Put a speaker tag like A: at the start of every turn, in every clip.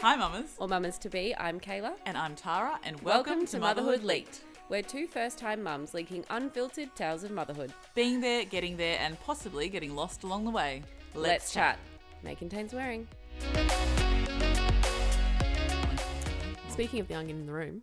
A: Hi, mamas.
B: or mamas to be, I'm Kayla.
A: And I'm Tara, and welcome,
B: Welcome, to Motherhood Leaked. We're two first time mums leaking unfiltered tales of motherhood.
A: Being there, getting there, and possibly getting lost along the way.
B: May contain swearing. Speaking of the young in the room,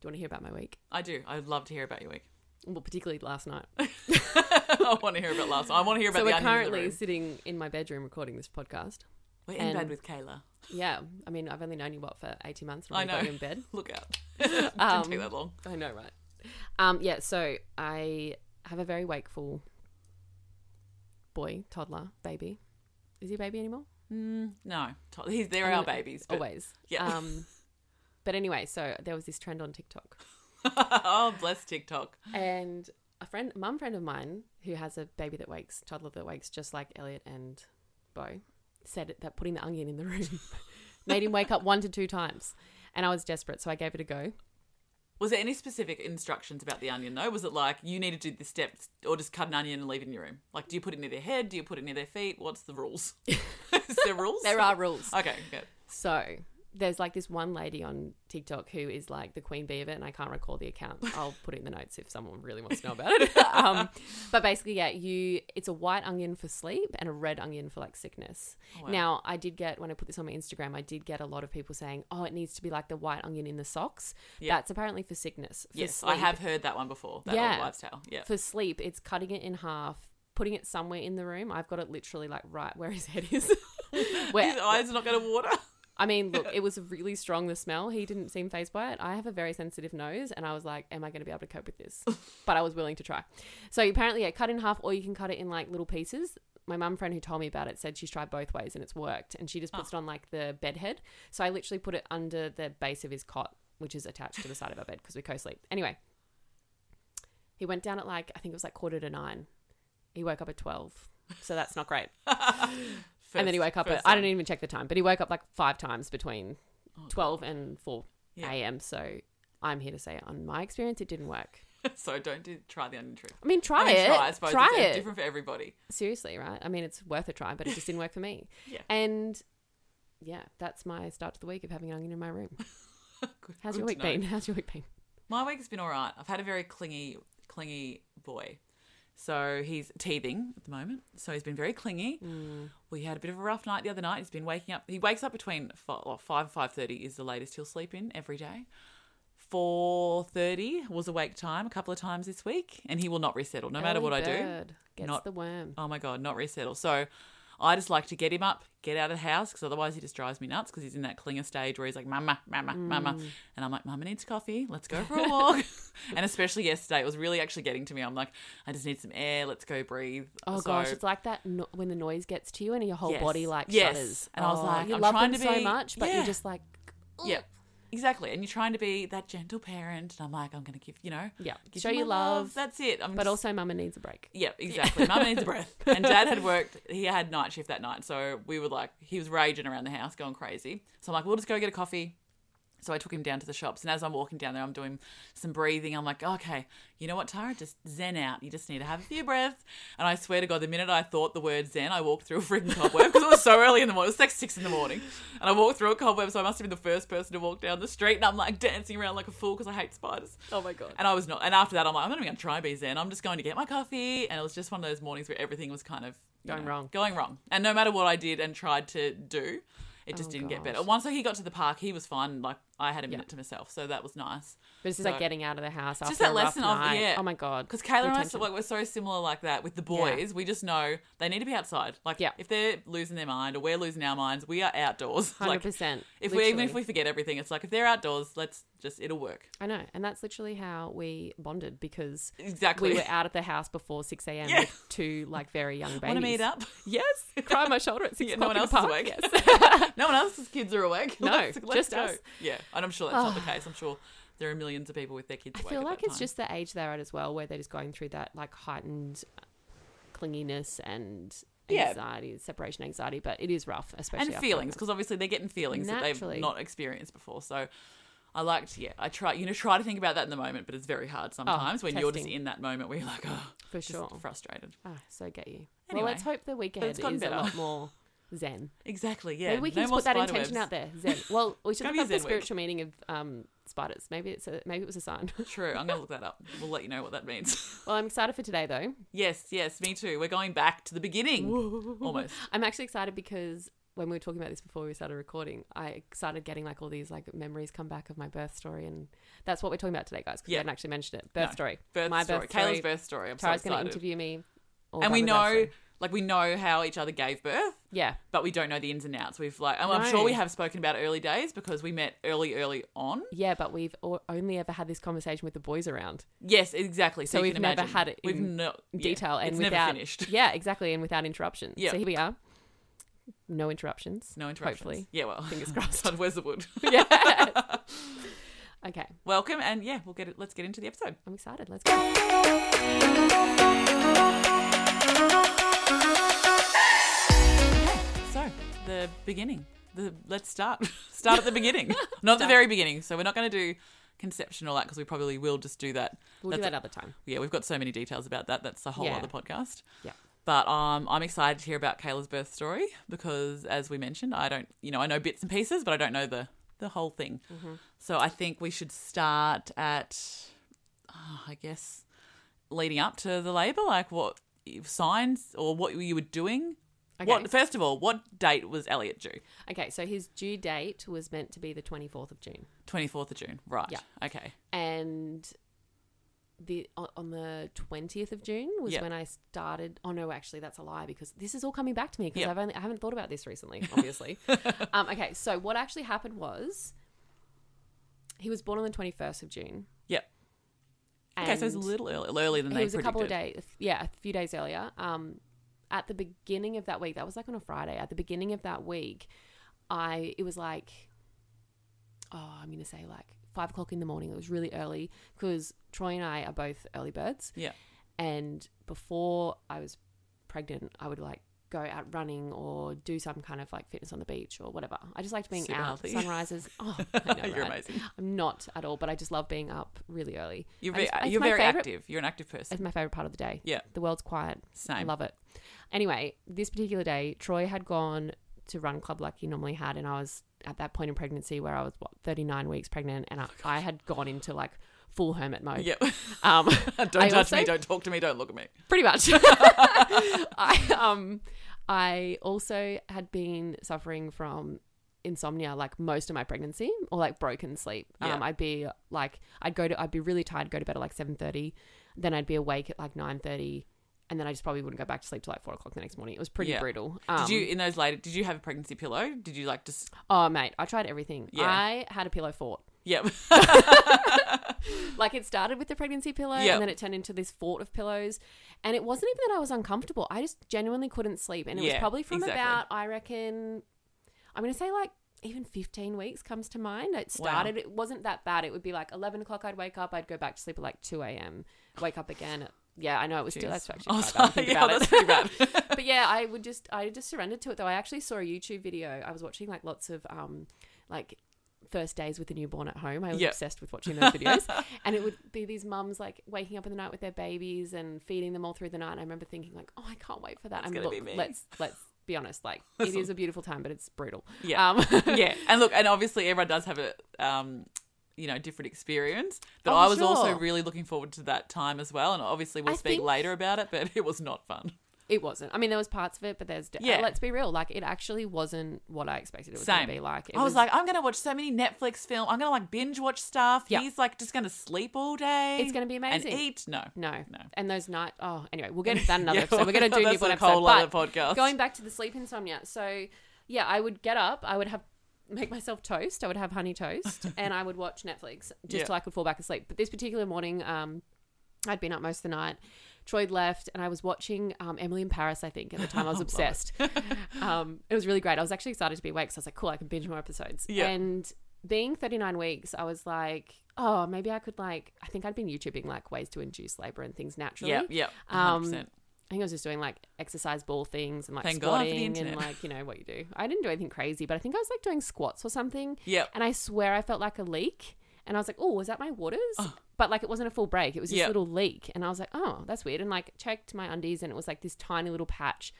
B: do you want to hear about my week?
A: I do. I'd love to hear about your week.
B: Well, particularly last night.
A: I want to hear about last. I want to hear about
B: so
A: the onion
B: we're
A: in the
B: currently
A: room.
B: sitting in my bedroom recording this podcast.
A: We're in bed
B: and-
A: with Kayla.
B: Yeah, I mean, I've only known you what for eighteen months. And
A: I
B: I got
A: know.
B: you in bed.
A: Look out. Didn't
B: Um,
A: take that long.
B: I know, right? Um, yeah. So I have a very wakeful boy, toddler, baby. Is he a baby anymore?
A: No, to- he's, they're
B: I'm
A: our
B: gonna-
A: babies. But,
B: Always.
A: Yeah.
B: Um, but anyway, so there was this trend on TikTok,
A: oh, bless TikTok.
B: and a friend, mum friend of mine, who has a baby that wakes, toddler that wakes, just like Elliot and Bo, said that putting the onion in the room made him wake up one to two times, and I was desperate, so I gave it a go.
A: Was there any specific instructions about the onion though? Was it like you need to do this step or just cut an onion and leave it in your room? Like, do you put it near their head? Do you put it near their feet? What's the rules? Is there rules?
B: There are rules.
A: Okay, good.
B: So there's like this one lady on TikTok who is like the queen bee of it, and I can't recall the account. I'll put it in the notes if someone really wants to know about it. um, but basically, yeah, you it's a white onion for sleep and a red onion for like sickness.
A: Oh, wow.
B: Now, I did get when I put this on my Instagram, I did get a lot of people saying, "Oh, it needs to be like the white onion in the socks."
A: Yeah.
B: That's apparently for sickness. For
A: Yes, I
B: sleep-
A: have heard that one before. That
B: Yeah.
A: old wives' tale. Yeah.
B: For sleep, it's cutting it in half, putting it somewhere in the room. I've got it literally like right where his head is. where,
A: His eyes are not going to water.
B: I mean, look, it was really strong the smell. He didn't seem phased by it. I have a very sensitive nose, and I was like, "Am I going to be able to cope with this?" But I was willing to try. So apparently, yeah, cut in half, or you can cut it in like little pieces. My mum friend who told me about it said she's tried both ways and it's worked, and she just puts it on like the bed head. So I literally put it under the base of his cot, which is attached to the side of our bed because we co-sleep. Anyway, he went down at like I think it was like quarter to nine. He woke up at twelve, so that's not great and then he woke up at, I don't even check the time, but he woke up like five times between 12 and 4
A: Oh, Yeah.
B: a.m. So I'm here to say, on my experience, it didn't work.
A: even. So don't do, try the onion trick.
B: I mean, try
A: I mean,
B: it.
A: Try, I
B: Try,
A: suppose. it's
B: it.
A: different for everybody.
B: Seriously, right? I mean, it's worth a try, but it just didn't work for me.
A: Yeah.
B: And yeah, that's my start to the week of having an onion in my room.
A: Good-
B: How's
A: good
B: your
A: to
B: week
A: know.
B: been? How's your week been?
A: My week has been all right. I've had a very clingy, clingy boy. So he's teething at the moment. So he's been very clingy.
B: Mm.
A: We had a bit of a rough night the other night. He's been waking up. He wakes up between five, well, five and five thirty is the latest he'll sleep in every day. Four thirty was awake time a couple of times this week, and he will not resettle no matter what I do.
B: gets
A: not-
B: the worm.
A: Oh my god, not resettle. So I just like to get him up, get out of the house, because otherwise he just drives me nuts. Because he's in that clinger stage where he's like, "Mama, mama, mama,"
B: Mm.
A: and I'm like, "Mama needs coffee. Let's go for a walk." and especially yesterday, it was really actually getting to me. I'm like, "I just need some air. Let's go breathe."
B: Oh
A: So-
B: gosh, it's like that no- when the noise gets to you and your whole
A: Yes.
B: body like
A: Yes.
B: shudders.
A: And I was
B: Oh,
A: like,
B: you
A: I'm
B: love
A: trying
B: them
A: to
B: so
A: be-
B: much, but
A: Yeah.
B: you're just like,
A: yeah, exactly. And you're trying to be that gentle parent, and I'm like, "I'm going to give you know,
B: yeah,
A: give
B: show
A: you
B: your
A: my
B: love,
A: That's it. I'm
B: but
A: just-
B: also mama needs a break.
A: Yeah, exactly. Mum needs a breath. And dad had worked, he had night shift that night. So we were like, he was raging around the house, going crazy. So I'm like, we'll just go get a coffee. So I took him down to the shops. And as I'm walking down there, I'm doing some breathing. I'm like, okay, you know what, Tara? Just zen out. You just need to have a few breaths. And I swear to God, the minute I thought the word zen, I walked through a freaking cobweb because it was so early in the morning. It was like six in the morning. And I walked through a cobweb. So I must have been the first person to walk down the street. And I'm like dancing around like a fool because I hate spiders.
B: Oh my god.
A: And I was not. And after that, I'm like, I'm not even going to try be zen. I'm just going to get my coffee. And it was just one of those mornings where everything was kind of you
B: Going wrong.
A: going wrong. And no matter what I did and tried to do, it just
B: Oh,
A: didn't get
B: gosh.
A: better. Once he got to the park, he was fine. Like I had a
B: Yeah.
A: minute to myself, so that was nice.
B: But it's just
A: So-
B: like getting out of the house after
A: that
B: a
A: lesson of-
B: rough night.
A: yeah.
B: Oh my god.
A: Because Kayla and I,
B: Retention.
A: like, we're so similar like that with the boys. We just know they need to be outside. Like,
B: Yeah.
A: if they're losing their mind or we're losing our minds, we are outdoors.
B: hundred
A: Like,
B: percent.
A: if we even if we forget everything, it's like if they're outdoors, let's just it'll work.
B: I know, and that's literally how we bonded because
A: Exactly.
B: we were out of the house before six a.m.
A: Yeah.
B: with two like very young babies.
A: Want to meet up?
B: Yes, cry on my shoulder at six
A: Yeah, no
B: o'clock.
A: one
B: in
A: else
B: the
A: is
B: park.
A: awake.
B: Yes.
A: no one else's kids are awake.
B: No, just us.
A: Yeah, and I'm sure that's not the case. I'm sure there are millions of people with their kids.
B: I
A: awake
B: feel
A: at
B: like
A: that
B: it's
A: time.
B: just the age they're at as well, where they're just going through that like heightened uh, clinginess and
A: Yeah.
B: anxiety, separation anxiety. But it is rough, especially
A: and
B: after
A: feelings
B: pregnancy.
A: because obviously they're getting feelings that
B: Naturally.
A: they've not experienced before. So I liked, yeah, I try, you know, try to think about that in the moment, but it's very hard sometimes when you're just
B: Oh, testing.
A: in that moment where you're like, oh,
B: for
A: just
B: sure.
A: frustrated.
B: Ah, so get you.
A: Anyway.
B: well, let's hope the week ahead
A: gotten
B: is
A: better.
B: a lot more Zen.
A: Exactly. Yeah.
B: Maybe we can
A: No
B: just
A: more
B: put that
A: spider
B: intention
A: webs.
B: out there. Zen. Well, we should
A: Go
B: look
A: be
B: up the
A: Zenwick.
B: spiritual meaning of um, spiders. Maybe it's a, maybe it was a sign.
A: True. I'm gonna look that up. We'll let you know what that means.
B: well, I'm excited for today though.
A: yes. Yes. Me too. We're going back to the beginning. Almost.
B: I'm actually excited because when we were talking about this before we started recording, I started getting like all these like memories come back of my birth story, and that's what we're talking about today, guys. Because
A: Yeah.
B: I hadn't actually mentioned it. Birth
A: No.
B: story.
A: Birth
B: My
A: story.
B: birth
A: Kayla's
B: story.
A: birth story. I'm
B: Tara's
A: so
B: going to
A: excited.
B: interview me. all
A: And
B: about
A: we
B: my birth
A: know,
B: story.
A: like, we know how each other gave birth,
B: Yeah.
A: but we don't know the ins and outs. We've like, I'm, I'm sure
B: No.
A: we have spoken about early days because we met early, early on.
B: Yeah, but we've o- only ever had this conversation with the boys around
A: Yes, exactly. So,
B: So
A: you
B: we've
A: can
B: never
A: imagine.
B: had it
A: We've
B: in
A: no,
B: in
A: yeah,
B: detail and
A: it's
B: without
A: never finished.
B: Yeah, exactly, and without interruption.
A: Yeah.
B: So here we are. No interruptions.
A: No interruptions.
B: Hopefully.
A: Yeah. Well,
B: Fingers crossed.
A: God, where's the wood?
B: yeah. okay,
A: Welcome, and yeah, we'll get it. Let's get into the episode.
B: I'm excited. Let's go.
A: So the beginning. The let's start. start at the beginning, not the very beginning. So we're not going to do conception or that because we probably will just do that.
B: We'll do
A: That's-
B: that other time.
A: Yeah, we've got so many details about that. That's a whole
B: Yeah.
A: other podcast.
B: Yeah.
A: But um, I'm excited to hear about Kayla's birth story because, as we mentioned, I don't, you know, I know bits and pieces, but I don't know the the whole thing.
B: Mm-hmm.
A: So I think we should start at, oh, I guess, leading up to the labour, like what signs or what you were doing.
B: Okay.
A: What first of all, what date was Elliot due?
B: Okay, so his due date was meant to be the 24th of June.
A: 24th of June, right?
B: Yeah.
A: Okay.
B: And the on- on the 20th of June was
A: Yeah.
B: when I started. Oh no, actually that's a lie because this is all coming back to me because
A: Yeah.
B: I've only I haven't thought about this recently, obviously. um, okay, so what actually happened was he was born on the 21st of June.
A: Yep. Okay, so it's a
B: and-
A: little early, earlier than
B: It
A: they
B: was a
A: predicted.
B: couple of days, yeah, a few days earlier. Um, at the beginning of that week, that was like on a Friday. At the beginning of that week, I it was like, oh, I'm gonna say like five o'clock in the morning. It was really early because Troy and I are both early birds.
A: Yeah.
B: And before I was pregnant, I would like go out running or do some kind of like fitness on the beach or whatever. I just liked being
A: Super
B: out.
A: healthy.
B: Sunrises. Oh, I know,
A: You're
B: right?
A: amazing.
B: I'm not at all, but I just love being up really early.
A: You're
B: I
A: very,
B: just- it's
A: you're
B: my
A: very
B: favourite-
A: active. You're an active person.
B: It's my favorite part of the day.
A: Yeah.
B: The world's quiet. I
A: Same.
B: love it. Anyway, this particular day, Troy had gone to run club like he normally had, and I was at that point in pregnancy where I was what 39 weeks pregnant,
A: Oh
B: and I, I had gone into like full hermit mode.
A: Yep.
B: Um,
A: don't
B: I
A: touch me.
B: also-
A: Don't talk to me. Don't look at me.
B: pretty much. I um, I also had been suffering from insomnia like most of my pregnancy or like broken sleep. Um,
A: Yeah.
B: I'd be like I'd go to I'd be really tired, go to bed at like seven thirty, then I'd be awake at like nine thirty, and then I just probably wouldn't go back to sleep till like four o'clock the next morning. It was pretty
A: Yeah.
B: brutal. Um,
A: did you in those later? Did you have a pregnancy pillow? Did you like just?
B: Oh mate, I tried everything.
A: Yeah.
B: I had a pillow fort.
A: Yep.
B: Like it started with the pregnancy pillow
A: Yeah.
B: and then it turned into this fort of pillows. And it wasn't even that I was uncomfortable. I just genuinely couldn't sleep. And it was
A: Yeah,
B: probably from
A: exactly.
B: about, I reckon, I'm going to say like even 15 weeks comes to mind. It
A: Wow.
B: started, it wasn't that bad. It would be like 11 o'clock, I'd wake up, I'd go back to sleep at like 2 a.m., wake up again. at- yeah, I know it was still, that's actually
A: Oh,
B: quite bad.
A: sorry.
B: to Think
A: Yeah,
B: about
A: that's
B: it.
A: pretty bad.
B: but yeah, I would just I just surrendered to it though. I actually saw a YouTube video. I was watching like lots of um like first days with a newborn at home. I was
A: Yeah.
B: obsessed with watching those videos. and it would be these mums like waking up in the night with their babies and feeding them all through the night. And I remember thinking like, "Oh, I can't wait for that." and
A: gonna
B: look,
A: be me.
B: let's let's be honest, like it is a beautiful time, but it's brutal.
A: Yeah.
B: Um
A: yeah. And look, and obviously everyone does have a um, you know, different experience. But
B: Oh,
A: I was
B: sure.
A: also really looking forward to that time as well. And obviously we'll
B: I
A: speak
B: think-
A: later about it, but it was not fun.
B: It wasn't. I mean, there was parts of it, but there's.
A: Yeah.
B: Yeah. Let's be real. Like, it actually wasn't what I expected it was
A: Same.
B: going to be like. It
A: I was, like, I'm gonna watch so many Netflix film. I'm gonna like binge watch stuff.
B: Yeah.
A: He's like just gonna sleep all day.
B: It's gonna be amazing.
A: And eat. No.
B: No.
A: No.
B: And those night. Oh, anyway, we'll get into that another
A: Yeah,
B: episode. We're going to do
A: that's
B: newborn
A: a
B: episode.
A: whole
B: but
A: other podcast.
B: Going back to the sleep insomnia. So, yeah, I would get up. I would have make myself toast. I would have honey toast, and I would watch Netflix just
A: Yeah.
B: till I could fall back asleep. But this particular morning, um, I'd been up most of the night. Troy had left, and I was watching um, Emily in Paris. I think at the time I was
A: Oh,
B: obsessed. um, it was really great. I was actually excited to be awake, so I was like, "Cool, I can binge more episodes."
A: Yeah.
B: And being 39 weeks, I was like, "Oh, maybe I could like." I think I'd been YouTubing like ways to induce labor and things naturally.
A: Yeah, yeah.
B: Um,
A: 100%.
B: I think I was just doing like exercise ball things and like
A: Thank God for the
B: squatting and
A: internet.
B: like, you know, what you do. I didn't do anything crazy, but I think I was like doing squats or something.
A: Yeah.
B: And I swear I felt like a leak. And I was like, oh, was that my waters? But like it wasn't a full break. It was just
A: Yeah.
B: a little leak. And I was like, oh, that's weird. And like checked my undies and it was like this tiny little patch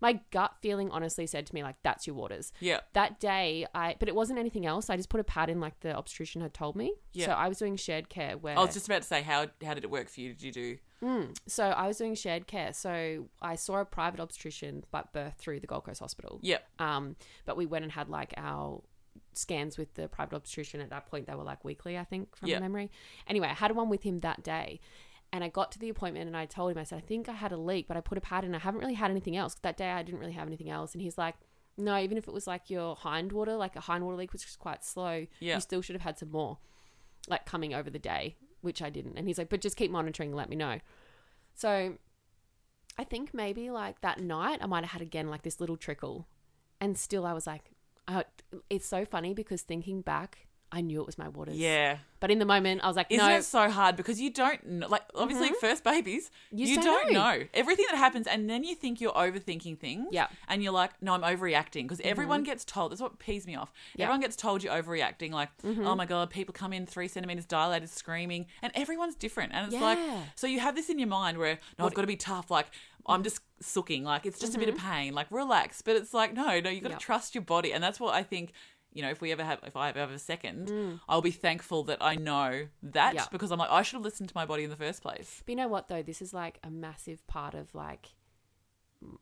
B: my gut feeling honestly said to me like that's your waters.
A: Yeah.
B: That day I but it wasn't anything else. I just put a pad in like the obstetrician had told me.
A: Yeah.
B: So I was doing shared care where
A: I was just about to say, how how did it work for you? Did you do?
B: so I was doing shared care. So I saw a private obstetrician but birth through the Gold Coast Hospital.
A: Yeah.
B: Um, but we went and had like our scans with the private obstetrician. At that point, they were like weekly, I think, from
A: Yeah.
B: memory. Anyway, I had one with him that day. And I got to the appointment and I told him, I said, I think I had a leak, but I put a pad in. I haven't really had anything else. That day, I didn't really have anything else. And he's like, no, even if it was like your hindwater, like a hindwater leak, which is quite slow,
A: Yeah.
B: you still should have had some more, like coming over the day, which I didn't. And he's like, but just keep monitoring, and let me know. So I think maybe like that night I might have had again like this little trickle, and still I was like, I, it's so funny because thinking back, I knew it was my waters.
A: Yeah.
B: But in the moment, I was like,
A: Isn't
B: no, Mm-hmm.
A: it so hard because you don't know, like obviously first babies
B: You
A: you,
B: just
A: don't
B: don't
A: know. everything that happens and then you think you're overthinking things
B: Yeah. Mm-hmm.
A: and you're like no I'm overreacting because everyone gets told that's what pees me off
B: Yeah. Mm-hmm.
A: everyone gets told you're overreacting like oh my god people come in three centimeters dilated screaming and everyone's different and it's like
B: Yeah.
A: so you have this in your mind where no I've got to be tough like I'm just sooking like it's just a bit of pain like relax but it's like no no you got to
B: Yep.
A: trust your body and that's what I think you know, if we ever have, if I ever have a second, I'll be thankful that I know that
B: Yeah.
A: because I'm like, I should have listened to my body in the first place.
B: But you know what though? This is like a massive part of like m-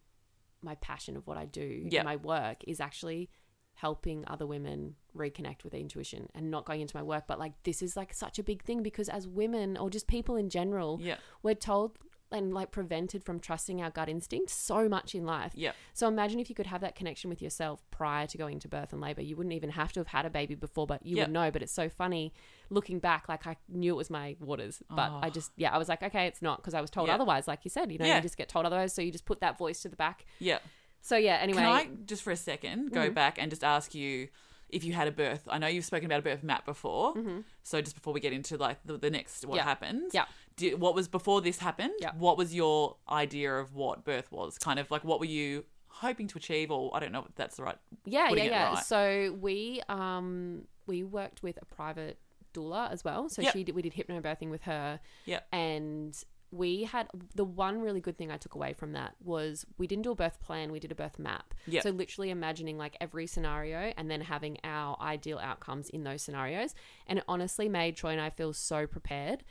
B: my passion of what I do. and
A: Yeah.
B: My work is actually helping other women reconnect with their intuition and not going into my work, but like this is like such a big thing because as women or just people in general,
A: Yeah.
B: we're told and like prevented from trusting our gut instinct so much in life.
A: Yeah.
B: So imagine if you could have that connection with yourself prior to going to birth and labor. You wouldn't even have to have had a baby before, but you
A: Yeah.
B: would know. But it's so funny looking back, like I knew it was my waters, but I just, yeah, I was like, okay, it's not because I was
A: Oh.
B: told
A: Yeah.
B: otherwise, like you said, you know,
A: Yeah.
B: you just get told otherwise. So you just put that voice to the back.
A: Yeah.
B: So yeah, anyway.
A: Can I just for a second
B: Mm-hmm.
A: go back and just ask you if you had a birth? I know you've spoken about a birth map before. So just before we get into like the, the next what
B: Mm-hmm. Yeah.
A: happens,
B: Yeah.
A: do, what was before this happened?
B: Yeah.
A: What was your idea of what birth was? Kind of like what were you hoping to achieve, or I don't know if that's the right.
B: yeah, yeah,
A: putting it
B: yeah.
A: right.
B: So we um we worked with a private doula as well. So
A: Yep.
B: she did, we did hypnobirthing with her.
A: Yep.
B: And we had the one really good thing I took away from that was we didn't do a birth plan, we did a birth map.
A: Yep.
B: So literally imagining like every scenario and then having our ideal outcomes in those scenarios. And it honestly made Troy and I feel so prepared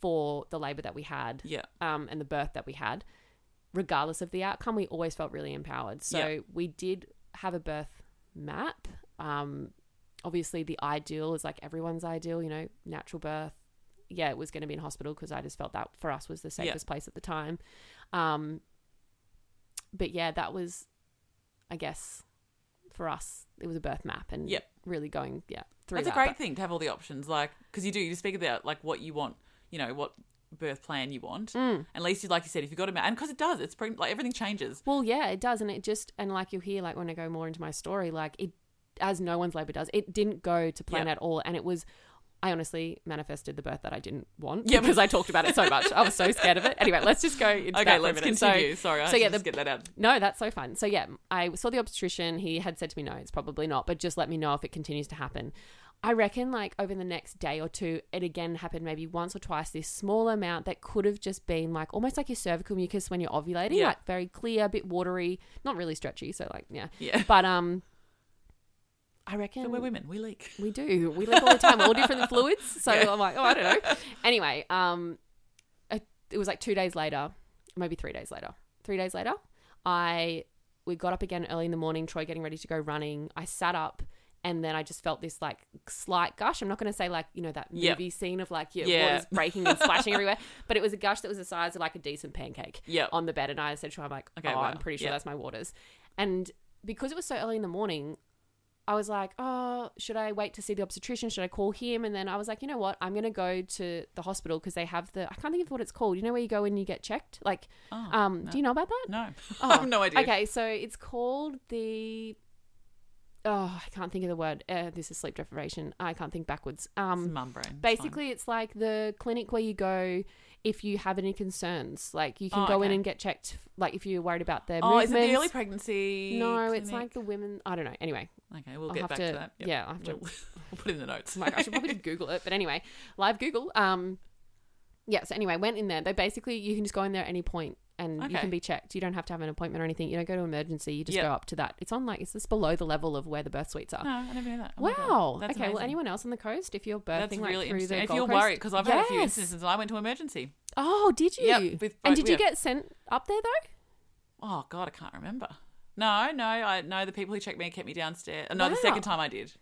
B: for the labor that we had
A: Yeah.
B: um, and the birth that we had, regardless of the outcome, we always felt really empowered. So
A: Yeah.
B: we did have a birth map. Um, obviously, the ideal is like everyone's ideal, you know, natural birth. Yeah, it was going to be in hospital because I just felt that for us was the
A: Yeah.
B: safest place at the time. Um, but yeah, that was, I guess, for us, it was a birth map and
A: Yep.
B: really going, yeah, through
A: That's
B: that.
A: a great
B: But-
A: thing to have all the options, like because you do you speak about like what you want, you know what birth plan you want.
B: Mm.
A: At least you like you said, if you got a map, and because it does, it's pretty, like everything changes.
B: Well, yeah, it does, and it just and like you'll hear like when I go more into my story, like it as no one's labor does, it didn't go to plan
A: Yeah.
B: at all, and it was. I honestly manifested the birth that I didn't want
A: Yeah, but-
B: because I talked about it so much. I was so scared of it. Anyway, let's just go into that
A: Okay,
B: for
A: let's
B: a minute.
A: continue.
B: So,
A: Sorry, I
B: so
A: should
B: yeah,
A: just
B: the-
A: get that out.
B: no, that's so fun. So yeah, I saw the obstetrician. He had said to me, "No, it's probably not, but just let me know if it continues to happen." I reckon, like over the next day or two, it again happened maybe once or twice. This small amount that could have just been like almost like your cervical mucus when you're ovulating,
A: Yeah.
B: like very clear, a bit watery, not really stretchy. So like, yeah,
A: Yeah,
B: but um, I reckon
A: but we're women, we leak.
B: we do. We live all the time. We're all different in fluids. So I'm like, oh, I don't know. Anyway, um, I- it was like two days later, maybe three days later. Three days later, I we got up again early in the morning. Troy getting ready to go running. I sat up. And then I just felt this like slight gush. I'm not going to say like you know that
A: Yep.
B: movie scene of like your
A: Yeah.
B: water's breaking and splashing everywhere, but it was a gush that was the size of like a decent pancake
A: Yeah,
B: on the bed and I said to her, I'm like,
A: Okay,
B: oh,
A: wow.
B: I'm pretty sure
A: Yeah.
B: that's my waters. And because it was so early in the morning, I was like, oh, should I wait to see the obstetrician? Should I call him? And then I was like, you know what? I'm going to go to the hospital because they have the, I can't think of what it's called. You know where you go and you get checked? Like,
A: Oh,
B: um,
A: no.
B: do you know about that?
A: no,
B: Oh,
A: I have no idea.
B: Okay, so it's called the, oh, I can't think of the word. Uh, this is sleep deprivation. I can't think backwards. Um,
A: It's mum brain. it's fine.
B: Basically, it's like the clinic where you go if you have any concerns. Like you can
A: Oh,
B: go in
A: okay.
B: and get checked. Like if you're worried about their
A: oh,
B: movements.
A: is it the early pregnancy?
B: no, it's
A: clinic?
B: like the women. I don't know. Anyway,
A: okay, we'll
B: I'll
A: get
B: have
A: back
B: to.
A: to, that. Yep.
B: Yeah, I have to.
A: We'll, we'll put it in the notes.
B: Like I should probably just Google it. But anyway, live Google. Um, yeah. So anyway, went in there. They basically you can just go in there at any point and you
A: Okay.
B: can be checked. You don't have to have an appointment or anything. You don't go to emergency. You just
A: Yep.
B: go up to that. It's on like it's just below the level of where the birth suites are.
A: No, I never knew that. Oh my God.
B: wow.
A: That's
B: okay. Well,
A: amazing.
B: anyone else on the coast, if you're birthing
A: That's
B: like
A: really
B: through
A: interesting.
B: the
A: If
B: Gold
A: you're
B: Coast-
A: worried, because I've had a few
B: Yes.
A: instances, I went to emergency.
B: Oh, did you?
A: Yep, with both-
B: and did you
A: yeah.
B: get sent up there though?
A: Oh God, I can't remember. No, no, I no. The people who checked me kept me downstairs. No, the
B: Wow.
A: second time I did,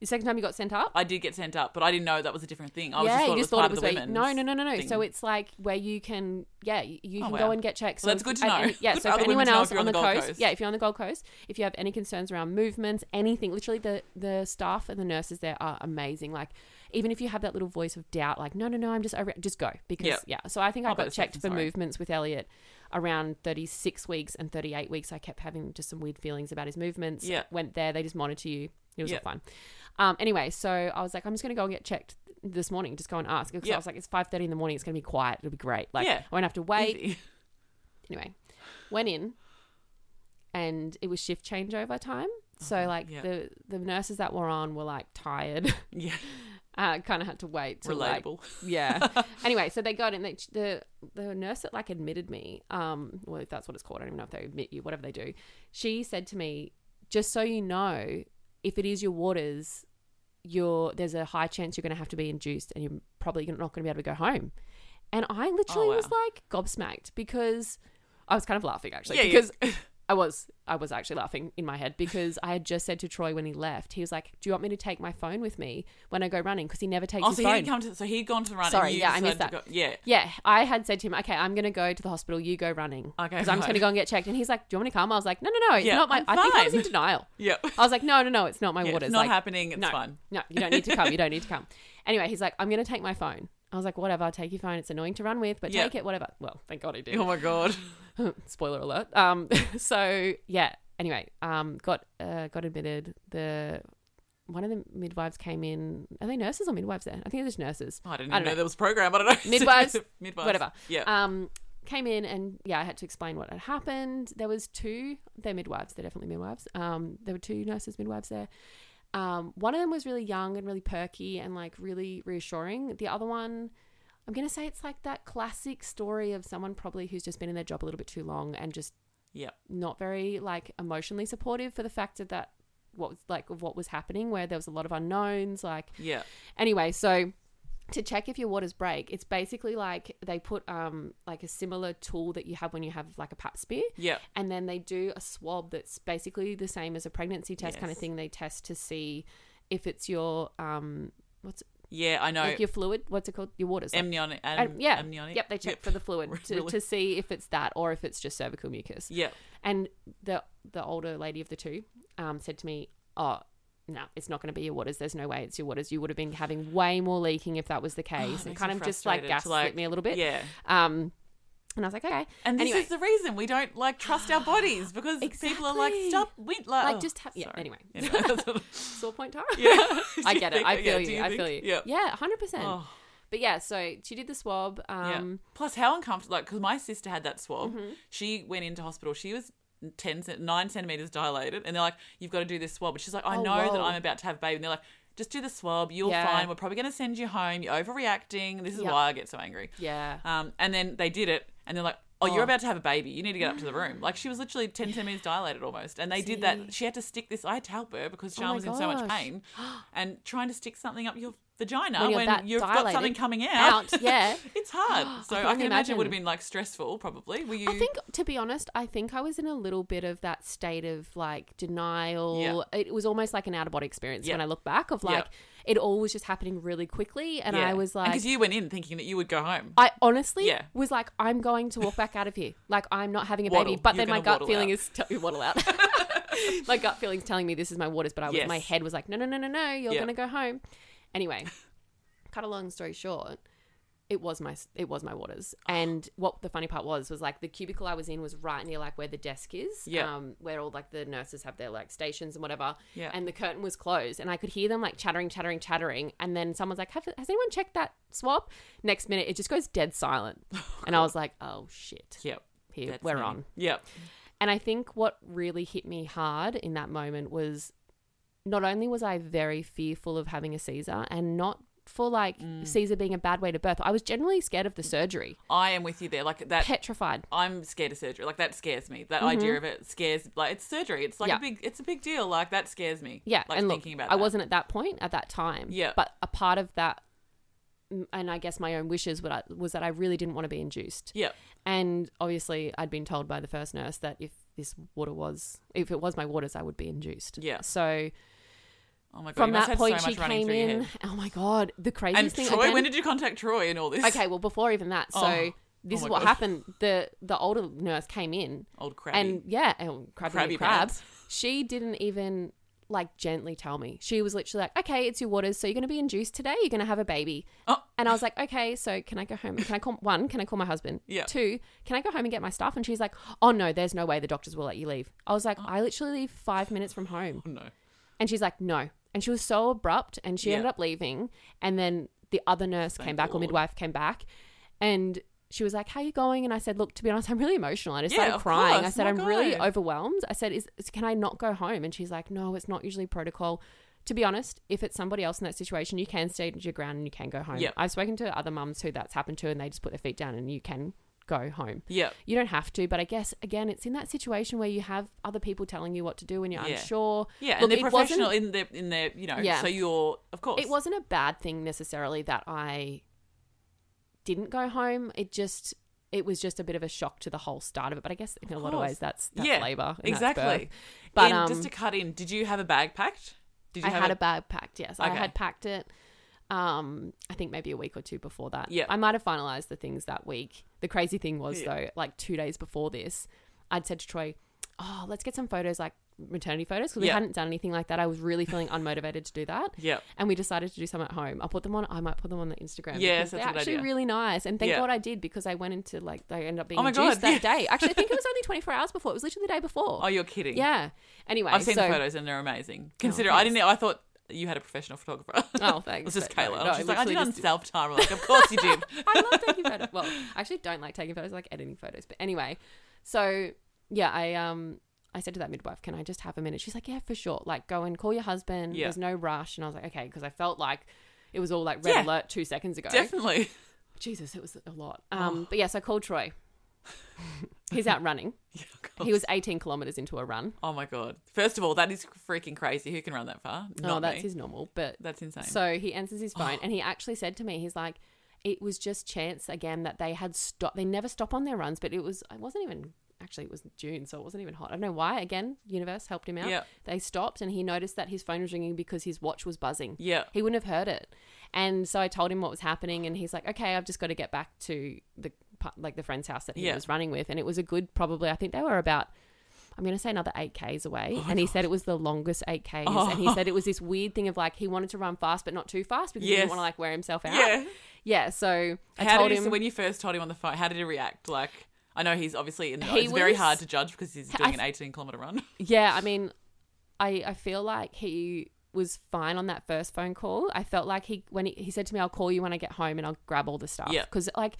B: The second time you got sent up?
A: I did get sent up, but I didn't know that was a different thing. I was just thought it was part of the
B: where
A: women.
B: no, no, no, no, no. So
A: thing.
B: it's like where you can, yeah, you, you
A: Oh,
B: can go
A: wow.
B: and get checked. So
A: Well, that's
B: if-
A: good to
B: and-
A: know.
B: and- yeah,
A: Good
B: so
A: for
B: if
A: other women
B: anyone
A: to know if
B: else
A: you're
B: on the, coast,
A: Coast.
B: yeah, if you're on the Gold Coast, if you have any concerns around movements, anything, literally the the staff and the nurses there are amazing. Like even if you have that little voice of doubt, like no, no, no, I'm just over, it," just go because
A: Yep.
B: yeah. So I think I
A: I'll bet
B: got
A: it's
B: checked
A: nothing,
B: for
A: sorry.
B: movements with Elliot around 36 weeks and 38 weeks. I kept having just some weird feelings about his movements.
A: Yeah.
B: went there, they just monitor you. It was
A: Yeah.
B: all fun. Um, anyway, so I was like, I'm just gonna go and get checked this morning. Just go and ask. Because I
A: Yeah.
B: was like, it's five thirty in the morning. It's gonna be quiet. It'll be great. Like
A: Yeah.
B: I won't have to wait.
A: Easy.
B: Anyway, went in, and it was shift changeover time. So like
A: Uh-huh. yeah.
B: the the nurses that were on were like tired.
A: yeah,
B: uh, kind of had to wait. till, like,
A: relatable.
B: yeah. anyway, so they got in. They, the the nurse that like admitted me, um, well, if that's what it's called, I don't even know if they admit you, whatever they do. She said to me, just so you know, if it is your waters, you're there's a high chance you're going to have to be induced, and you're probably not going to be able to go home. And I literally
A: Oh, wow.
B: was like gobsmacked because I was kind of laughing actually
A: Yeah, yeah.
B: because I was I was actually laughing in my head because I had just said to Troy when he left, he was like, "Do you want me to take my phone with me when I go running?" Because he never takes
A: Oh,
B: his
A: so he
B: phone.
A: didn't come to. So he'd gone to the run.
B: Sorry,
A: and you
B: yeah, I missed
A: decided to
B: that.
A: Go, yeah,
B: Yeah, I had said to him, "Okay, I'm going to go to the hospital. You go running
A: Okay,
B: because I'm
A: right.
B: just going to go and get checked." And he's like, "Do you want me to come?" I was like, "No, no, no. It's
A: Yeah,
B: not my.
A: I'm
B: i think I was in
A: fine.
B: denial.
A: yeah.
B: I was like, "No, no, no. It's not my
A: Yeah,
B: waters.
A: it's not
B: like,
A: happening. It's
B: no,
A: fun.
B: no. You don't need to come. You don't need to come." Anyway, he's like, "I'm going to take my phone." I was like, "Whatever. I'll take your phone. It's annoying to run with, but
A: Yeah.
B: take it. Whatever." Well, thank God he did.
A: Oh my god.
B: Spoiler alert. Um. So yeah. Anyway, um, got uh, got admitted. The one of the midwives came in. Are they nurses or midwives there? I think there's nurses.
A: I didn't even
B: I don't
A: know
B: know.
A: there was a program. I don't know.
B: Midwives,
A: midwives,
B: whatever.
A: Yeah.
B: um, came in and yeah, I had to explain what had happened. There was two, they're midwives, they're definitely midwives. Um, there were two nurses midwives there. Um, one of them was really young and really perky and like really reassuring. The other one, I'm gonna say it's like that classic story of someone probably who's just been in their job a little bit too long and just
A: Yep.
B: not very like emotionally supportive for the fact that that what was like of what was happening where there was a lot of unknowns like
A: yeah.
B: Anyway, so to check if your waters break, it's basically like they put um like a similar tool that you have when you have like a pap smear,
A: Yeah.
B: and then they do a swab that's basically the same as a pregnancy test kind of
A: Yes.
B: thing. They test to see if it's your um what's
A: Yeah. I know.
B: like your fluid, what's it called, your waters. like-
A: amnionic.
B: um, yeah,
A: Amnionic.
B: yep. They check for the fluid to,
A: Really?
B: to see if it's that or if it's just cervical mucus.
A: Yeah.
B: And the the older lady of the two um, said to me, "Oh, no, it's not going to be your waters. There's no way it's your waters. You would have been having way more leaking if that was the case."
A: Oh, makes
B: and
A: me
B: kind of just like
A: frustrated to,
B: gaslit
A: like-
B: me a little bit.
A: Yeah.
B: Um, and I was like, "Okay."
A: And this
B: Anyway.
A: is the reason we don't like trust our bodies because people are like,
B: Exactly.
A: stop, we like,
B: Like
A: oh,
B: just have yeah.
A: sorry.
B: Anyway,
A: Anyway, that's what-
B: sore point Tara.
A: yeah,
B: I get it. I
A: Yeah,
B: feel
A: do
B: you. I feel you.
A: think? Yeah.
B: yeah, hundred percent.
A: Oh,
B: But yeah, so she did the swab.
A: yeah.
B: Um, Mm-hmm.
A: Plus, how uncomfortable. Like, because my sister had that swab. She went into hospital. She was. 10 cent- 9 centimeters dilated and they're like you've got to do this swab but she's like i
B: Oh,
A: know that
B: whoa.
A: i'm about to have a baby and they're like just do the swab you're
B: Yeah.
A: fine we're probably going to send you home you're overreacting this is
B: Yep.
A: why i get so angry
B: yeah.
A: Um, and then they did it, and they're like, "Oh,
B: Oh.
A: you're about to have a baby. You need to get up to the room." Like she was literally ten centimeters dilated almost, and they did
B: See?
A: that. She had to stick this. I had to help her because
B: Oh
A: Sean
B: my
A: was in so much
B: gosh.
A: pain, and trying to stick something up your vagina
B: When
A: when,
B: you're that
A: you've got
B: dilated
A: something coming out,
B: out, yeah.
A: it's hard. So
B: can
A: I can,
B: only
A: imagine, it would have
B: imagine.
A: been like stressful, probably. Were you?
B: I think, to be honest, I think I was in a little bit of that state of like denial. It was almost like an out of body experience when
A: Yeah.
B: I look back, of
A: Yeah.
B: like it all was just happening really quickly. And I was like,
A: because you went in thinking that you would go home.
B: I honestly
A: Yeah.
B: was like, I'm going to walk back out of here. Like, I'm not having a
A: Waddle.
B: baby. But
A: You're
B: then my
A: gonna
B: gut
A: waddle
B: feeling
A: out.
B: is tell waddle out. my gut feeling's telling me this is my waters, but I was,
A: Yes.
B: my head was like, no, no, no, no, no, you're
A: Yeah.
B: going to go home. Anyway, cut a long story short. It was my it was my waters, and what the funny part was was like the cubicle I was in was right near like where the desk is,
A: Yeah.
B: um, where all like the nurses have their like stations and whatever,
A: Yeah.
B: and the curtain was closed, and I could hear them like chattering, chattering, chattering, and then someone's like, have, "Has anyone checked that swab?" Next minute, it just goes dead silent, and I was like, "Oh shit,
A: Yep,
B: here
A: that's
B: we're
A: me.
B: on."
A: Yep,
B: And I think what really hit me hard in that moment was not only was I very fearful of having a Caesar and not for like
A: Mm.
B: Caesar being a bad way to birth. I was generally scared of the surgery,
A: I am with you there. Like that.
B: petrified.
A: I'm scared of surgery. Like that scares me. That idea of it scares. Like it's surgery. It's like
B: Mm-hmm. Yeah.
A: a big. It's a big deal. Like that scares me.
B: Yeah,
A: Like
B: and look,
A: thinking about.
B: I
A: that.
B: wasn't at that point at that time.
A: Yeah.
B: but a part of that, mm, and I guess my own wishes, what I, was that I really didn't want to be induced.
A: Yeah.
B: And obviously, I'd been told by the first nurse that if this water was, if it was my waters, I would be induced.
A: Yeah.
B: So
A: Oh my god.
B: from
A: you must
B: that
A: have
B: point,
A: so
B: she
A: much running
B: came
A: through your
B: in.
A: head.
B: Oh my god, the craziest
A: And
B: thing.
A: Troy,
B: again-
A: when did you contact Troy and all this?
B: okay, well, before even that, so
A: Oh.
B: this
A: Oh
B: is
A: my
B: what
A: God.
B: happened. the The older nurse came in,
A: Old crabby.
B: and yeah, and crabby
A: Crabby
B: crabby crab.
A: pants.
B: She didn't even like gently tell me. She was literally like, "Okay, it's your waters, so you're going to be induced today. You're going to have a baby."
A: Oh.
B: And I was like, "Okay, so can I go home? Can I call one? Can I call my husband?
A: Yeah.
B: Two, can I go home and get my stuff?" And she's like, "Oh no, there's no way the doctors will let you leave." I was like,
A: Oh.
B: "I literally live five minutes from home,"
A: no.
B: and she's like, "No." And she was so abrupt, and she
A: Yeah.
B: ended up leaving. And then the other nurse
A: Thank
B: came back, or
A: Lord.
B: midwife came back, and she was like, "How you going?" And I said, "Look, to be honest, I'm really emotional. I just
A: Yeah,
B: started
A: of
B: crying. I
A: course.
B: said,
A: My
B: I'm really
A: God.
B: overwhelmed. I said, is, is- can I not go home?" And she's like, "No, it's not usually protocol." To be honest, if it's somebody else in that situation, you can stand your ground and you can go home.
A: Yep.
B: I've spoken to other mums who that's happened to, and they just put their feet down and you can go home.
A: Yeah.
B: You don't have to, but I guess again, it's in that situation where you have other people telling you what to do and you're
A: Yeah.
B: unsure.
A: Yeah.
B: Look,
A: and they're
B: it wasn't-
A: professional in their in their you know.
B: Yeah.
A: So you're of course.
B: it wasn't a bad thing necessarily that I didn't go home. It just it was just a bit of a shock to the whole start of it. But I guess in a lot of
A: course.
B: ways that's, that's
A: yeah.
B: labor. and that's
A: Exactly.
B: birth. But
A: And
B: um,
A: just to cut in, did you have a bag packed? Did you
B: I
A: have
B: had a bag packed. Yes, I
A: Okay.
B: had packed it. Um, I think maybe a week or two before that.
A: Yeah.
B: I might have finalized the things that week. The crazy thing was
A: Yeah.
B: though, like two days before this, I'd said to Troy, "Oh, let's get some photos, like maternity photos, because we
A: Yeah.
B: hadn't done anything like that. I was really feeling unmotivated to do that."
A: Yeah.
B: and we decided to do some at home. I'll put them on. I might put them on the Instagram.
A: Yes,
B: because they're
A: that's a good
B: actually
A: idea.
B: really nice. And thank
A: Yeah.
B: God I did because I went into like they ended up being
A: Oh my
B: induced
A: God,
B: that
A: yeah.
B: day. Actually, I think it was only 24 hours before. It was literally the day before.
A: Oh, you're kidding.
B: yeah. Anyway,
A: I've seen
B: so,
A: the photos and they're amazing. Consider I didn't. I thought you had a professional photographer.
B: Oh,
A: It
B: thanks.
A: was just
B: but no,
A: Kayla.
B: no,
A: I was
B: I
A: just like, I
B: literally
A: did on
B: just did-
A: self time. Like, of course you did.
B: I love taking photos. Well, I actually don't like taking photos. I like editing photos. But anyway, so yeah, I um I said to that midwife, "Can I just have a minute?" She's like, "Yeah, for sure. Like, go and call your husband.
A: Yeah.
B: There's no rush." And I was like, "Okay," because I felt like it was all like red
A: Yeah.
B: alert two seconds ago.
A: Definitely.
B: Jesus, it was a lot.
A: Oh.
B: Um, but yes, I called Troy. He's out running. He was 18 kilometers into a run.
A: Oh my god. First of all, that is freaking crazy. Who can run that far? Not
B: oh, that's
A: me.
B: his normal. But
A: That's insane.
B: so he answers his phone, and he actually said to me, he's like, it was just chance again that they had stopped. They never stop on their runs, but it was. I wasn't even actually. It was June, so it wasn't even hot. I don't know why. Again, universe helped him out.
A: Yeah.
B: They stopped, and he noticed that his phone was ringing because his watch was buzzing.
A: yeah.
B: He wouldn't have heard it. And so I told him what was happening, and he's like, "Okay, I've just got to get back to the pa- like the friend's house that he
A: Yeah.
B: was running with." And it was a good, probably I think they were about. I'm going to say another 8Ks away.
A: Oh
B: and he said it was the longest 8Ks. And he said it was this weird thing of like, he wanted to run fast, but not too fast because he
A: Yes.
B: didn't want to like wear himself out.
A: Yeah.
B: Yeah. So I
A: how
B: told
A: did he,
B: him.
A: so when you first told him on the phone, how did he react? Like, I know he's obviously in the.
B: He
A: it's very
B: was-
A: hard to judge because he's
B: I
A: doing
B: th-
A: an 18 kilometer run.
B: Yeah, I mean, I I feel like he was fine on that first phone call. I felt like he when he, he said to me, "I'll call you when I get home and I'll grab all the stuff."
A: Yeah.
B: because like.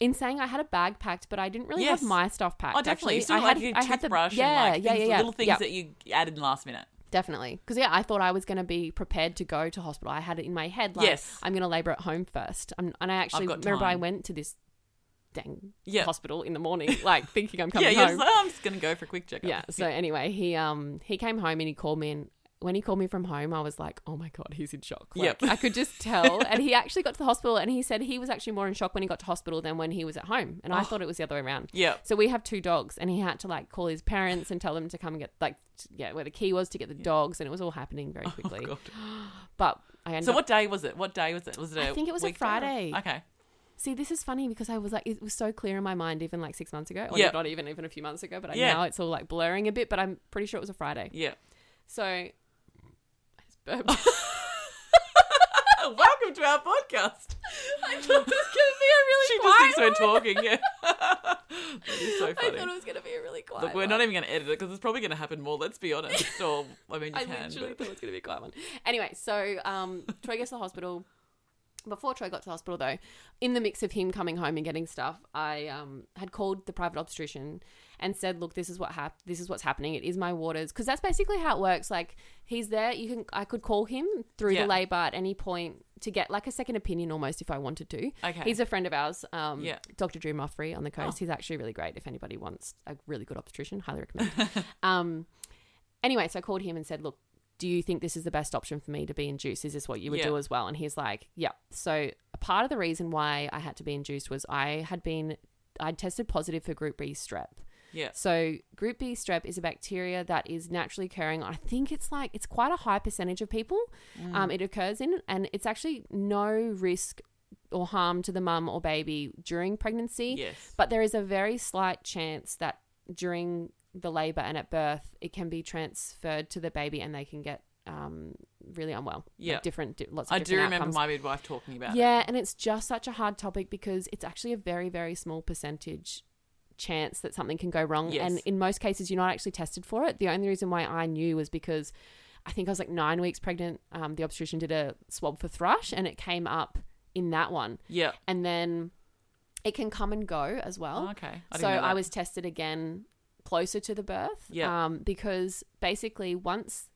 B: In saying I had a bag packed, but I didn't really
A: Yes.
B: have my stuff packed.
A: Oh, definitely.
B: Actually.
A: You still
B: I
A: had,
B: had,
A: your
B: I had the
A: toothbrush
B: yeah,
A: and like
B: yeah,
A: things,
B: yeah, yeah.
A: little things
B: Yeah,
A: that you added in last minute.
B: definitely. Because yeah, I thought I was going to be prepared to go to hospital. I had it in my head like
A: Yes.
B: I'm going to labor at home first. I'm, and I actually
A: got
B: remember I
A: time.
B: went to this dang
A: Yeah.
B: hospital in the morning, like thinking I'm
A: Yeah,
B: coming
A: yeah.
B: home.
A: Just, like, I'm just gonna go for a quick checkup.
B: Yeah. So anyway, he um he came home and he called me and when he called me from home, I was like, "Oh my god, he's in shock." Like,
A: Yep.
B: I could just tell. And he actually got to the hospital, and he said he was actually more in shock when he got to hospital than when he was at home. And
A: Oh.
B: I thought it was the other way around.
A: Yeah.
B: So we have two dogs, and he had to like call his parents and tell them to come and get like t- yeah where the key was to get the dogs, and it was all happening very quickly.
A: Oh, God.
B: but I ended
A: So
B: up-
A: what day was it? What day was it? Was it?
B: I
A: I
B: think it was a Friday.
A: Okay.
B: See, this is funny because I was like, it was so clear in my mind even like six months ago, or
A: Yeah.
B: not even even a few months ago, but I
A: Yeah.
B: now it's all like blurring a bit. But I'm pretty sure it was a Friday.
A: Yeah.
B: So I just burped.
A: Welcome to our podcast. I thought this was gonna be a really she just thinks we're talking. Yeah. that is so
B: I
A: funny.
B: thought it was going to be a really quiet
A: Look, we're
B: one.
A: not even going to edit it because it's probably going to happen more. Let's be honest. Or I mean, you
B: I
A: can.
B: literally
A: But...
B: thought it was going to be a quiet one. Anyway, so um, Troy gets to the hospital. Before Troy got to the hospital, though, in the mix of him coming home and getting stuff, I um, had called the private obstetrician and said, "Look, this is what hap- This is what's happening. It is my waters." Because that's basically how it works. Like he's there. You can I could call him through
A: Yeah.
B: the labour at any point to get like a second opinion almost if I wanted to.
A: Okay.
B: He's a friend of ours, um,
A: Yeah. Oh.
B: Dr. Drew Muffrey on the coast. He's actually really great if anybody wants a really good obstetrician. Highly recommend. um, anyway, so I called him and said, look, do you think this is the best option for me to be induced? Is this what you would
A: Yeah.
B: do as well? And he's like, yeah. So part of the reason why I had to be induced was I had been, I'd tested positive for group B strep.
A: yeah.
B: So, group B strep is a bacteria that is naturally occurring. I think it's like it's quite a high percentage of people
A: Mm.
B: um, it occurs in, and it's actually no risk or harm to the mum or baby during pregnancy.
A: Yes.
B: But there is a very slight chance that during the labor and at birth, it can be transferred to the baby, and they can get um, really unwell. Like,
A: Yeah.
B: different di- lots. Of
A: I do
B: different
A: remember
B: outcomes.
A: my midwife talking about it.
B: Yeah, and it's just such a hard topic because it's actually a very, very small percentage chance that something can go wrong.
A: Yes.
B: And in most cases, you're not actually tested for it. The only reason why I knew was because I think I was like nine weeks pregnant. Um, the obstetrician did a swab for thrush and it came up in that one.
A: Yeah.
B: And then it can come and go as well
A: Oh, okay. I didn't
B: so
A: know
B: I
A: that.
B: was tested again closer to the birth.
A: Yeah.
B: Um, because basically, once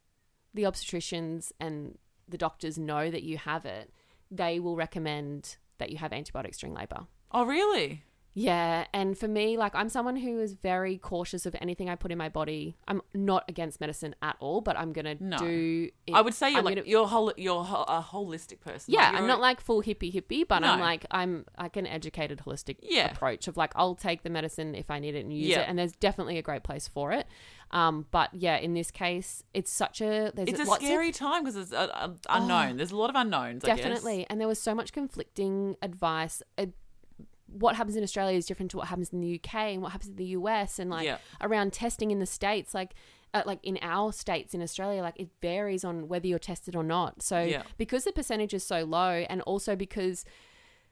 B: the obstetricians and the doctors know that you have it, they will recommend that you have antibiotics during labor.
A: Oh, really?
B: Yeah, and for me, like I'm someone who is very cautious of anything I put in my body. I'm not against medicine at all, but I'm gonna
A: No.
B: do. It.
A: I would say you're
B: I'm
A: like
B: gonna-
A: you're hol- you're ho- a holistic person.
B: yeah,
A: you're-
B: I'm not like full hippie hippie, but I'm
A: No.
B: like I'm like an educated holistic
A: Yeah.
B: approach of like I'll take the medicine if I need it and use
A: Yeah.
B: it, and there's definitely a great place for it. Um, but yeah, in this case, it's such a there's
A: It's a
B: lots of-
A: scary time because it's uh, uh, unknown. There's a lot of unknowns. I guess.
B: Oh, definitely, and there was so much conflicting advice. Uh, what happens in Australia is different to what happens in the UK and what happens in the US, and like
A: Yeah.
B: around testing in the states, like. Uh, like in our states in Australia, like it varies on whether you're tested or not. So
A: Yeah.
B: because the percentage is so low, and also because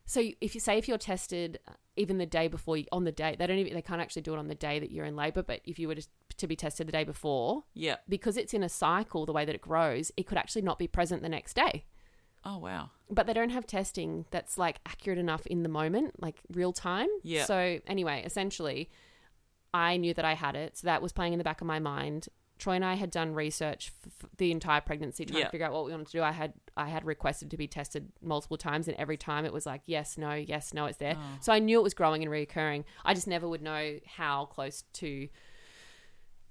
B: So you- if you say if you're tested uh, even the day before you, on the day they don't even they can't actually do it on the day that you're in labor, but if you were to, to be tested the day before,
A: Yeah.
B: because it's in a cycle the way that it grows, it could actually not be present the next day.
A: Oh wow.
B: But they don't have testing that's like accurate enough in the moment, like real time.
A: Yeah.
B: So anyway, essentially, I knew that I had it, so that was playing in the back of my mind. Troy and I had done research f- f- the entire pregnancy, trying
A: Yeah.
B: to figure out what we wanted to do. I had I had requested to be tested multiple times, and every time it was like yes, no, yes, no, it's there.
A: Oh.
B: So I knew it was growing and reoccurring. I just never would know how close to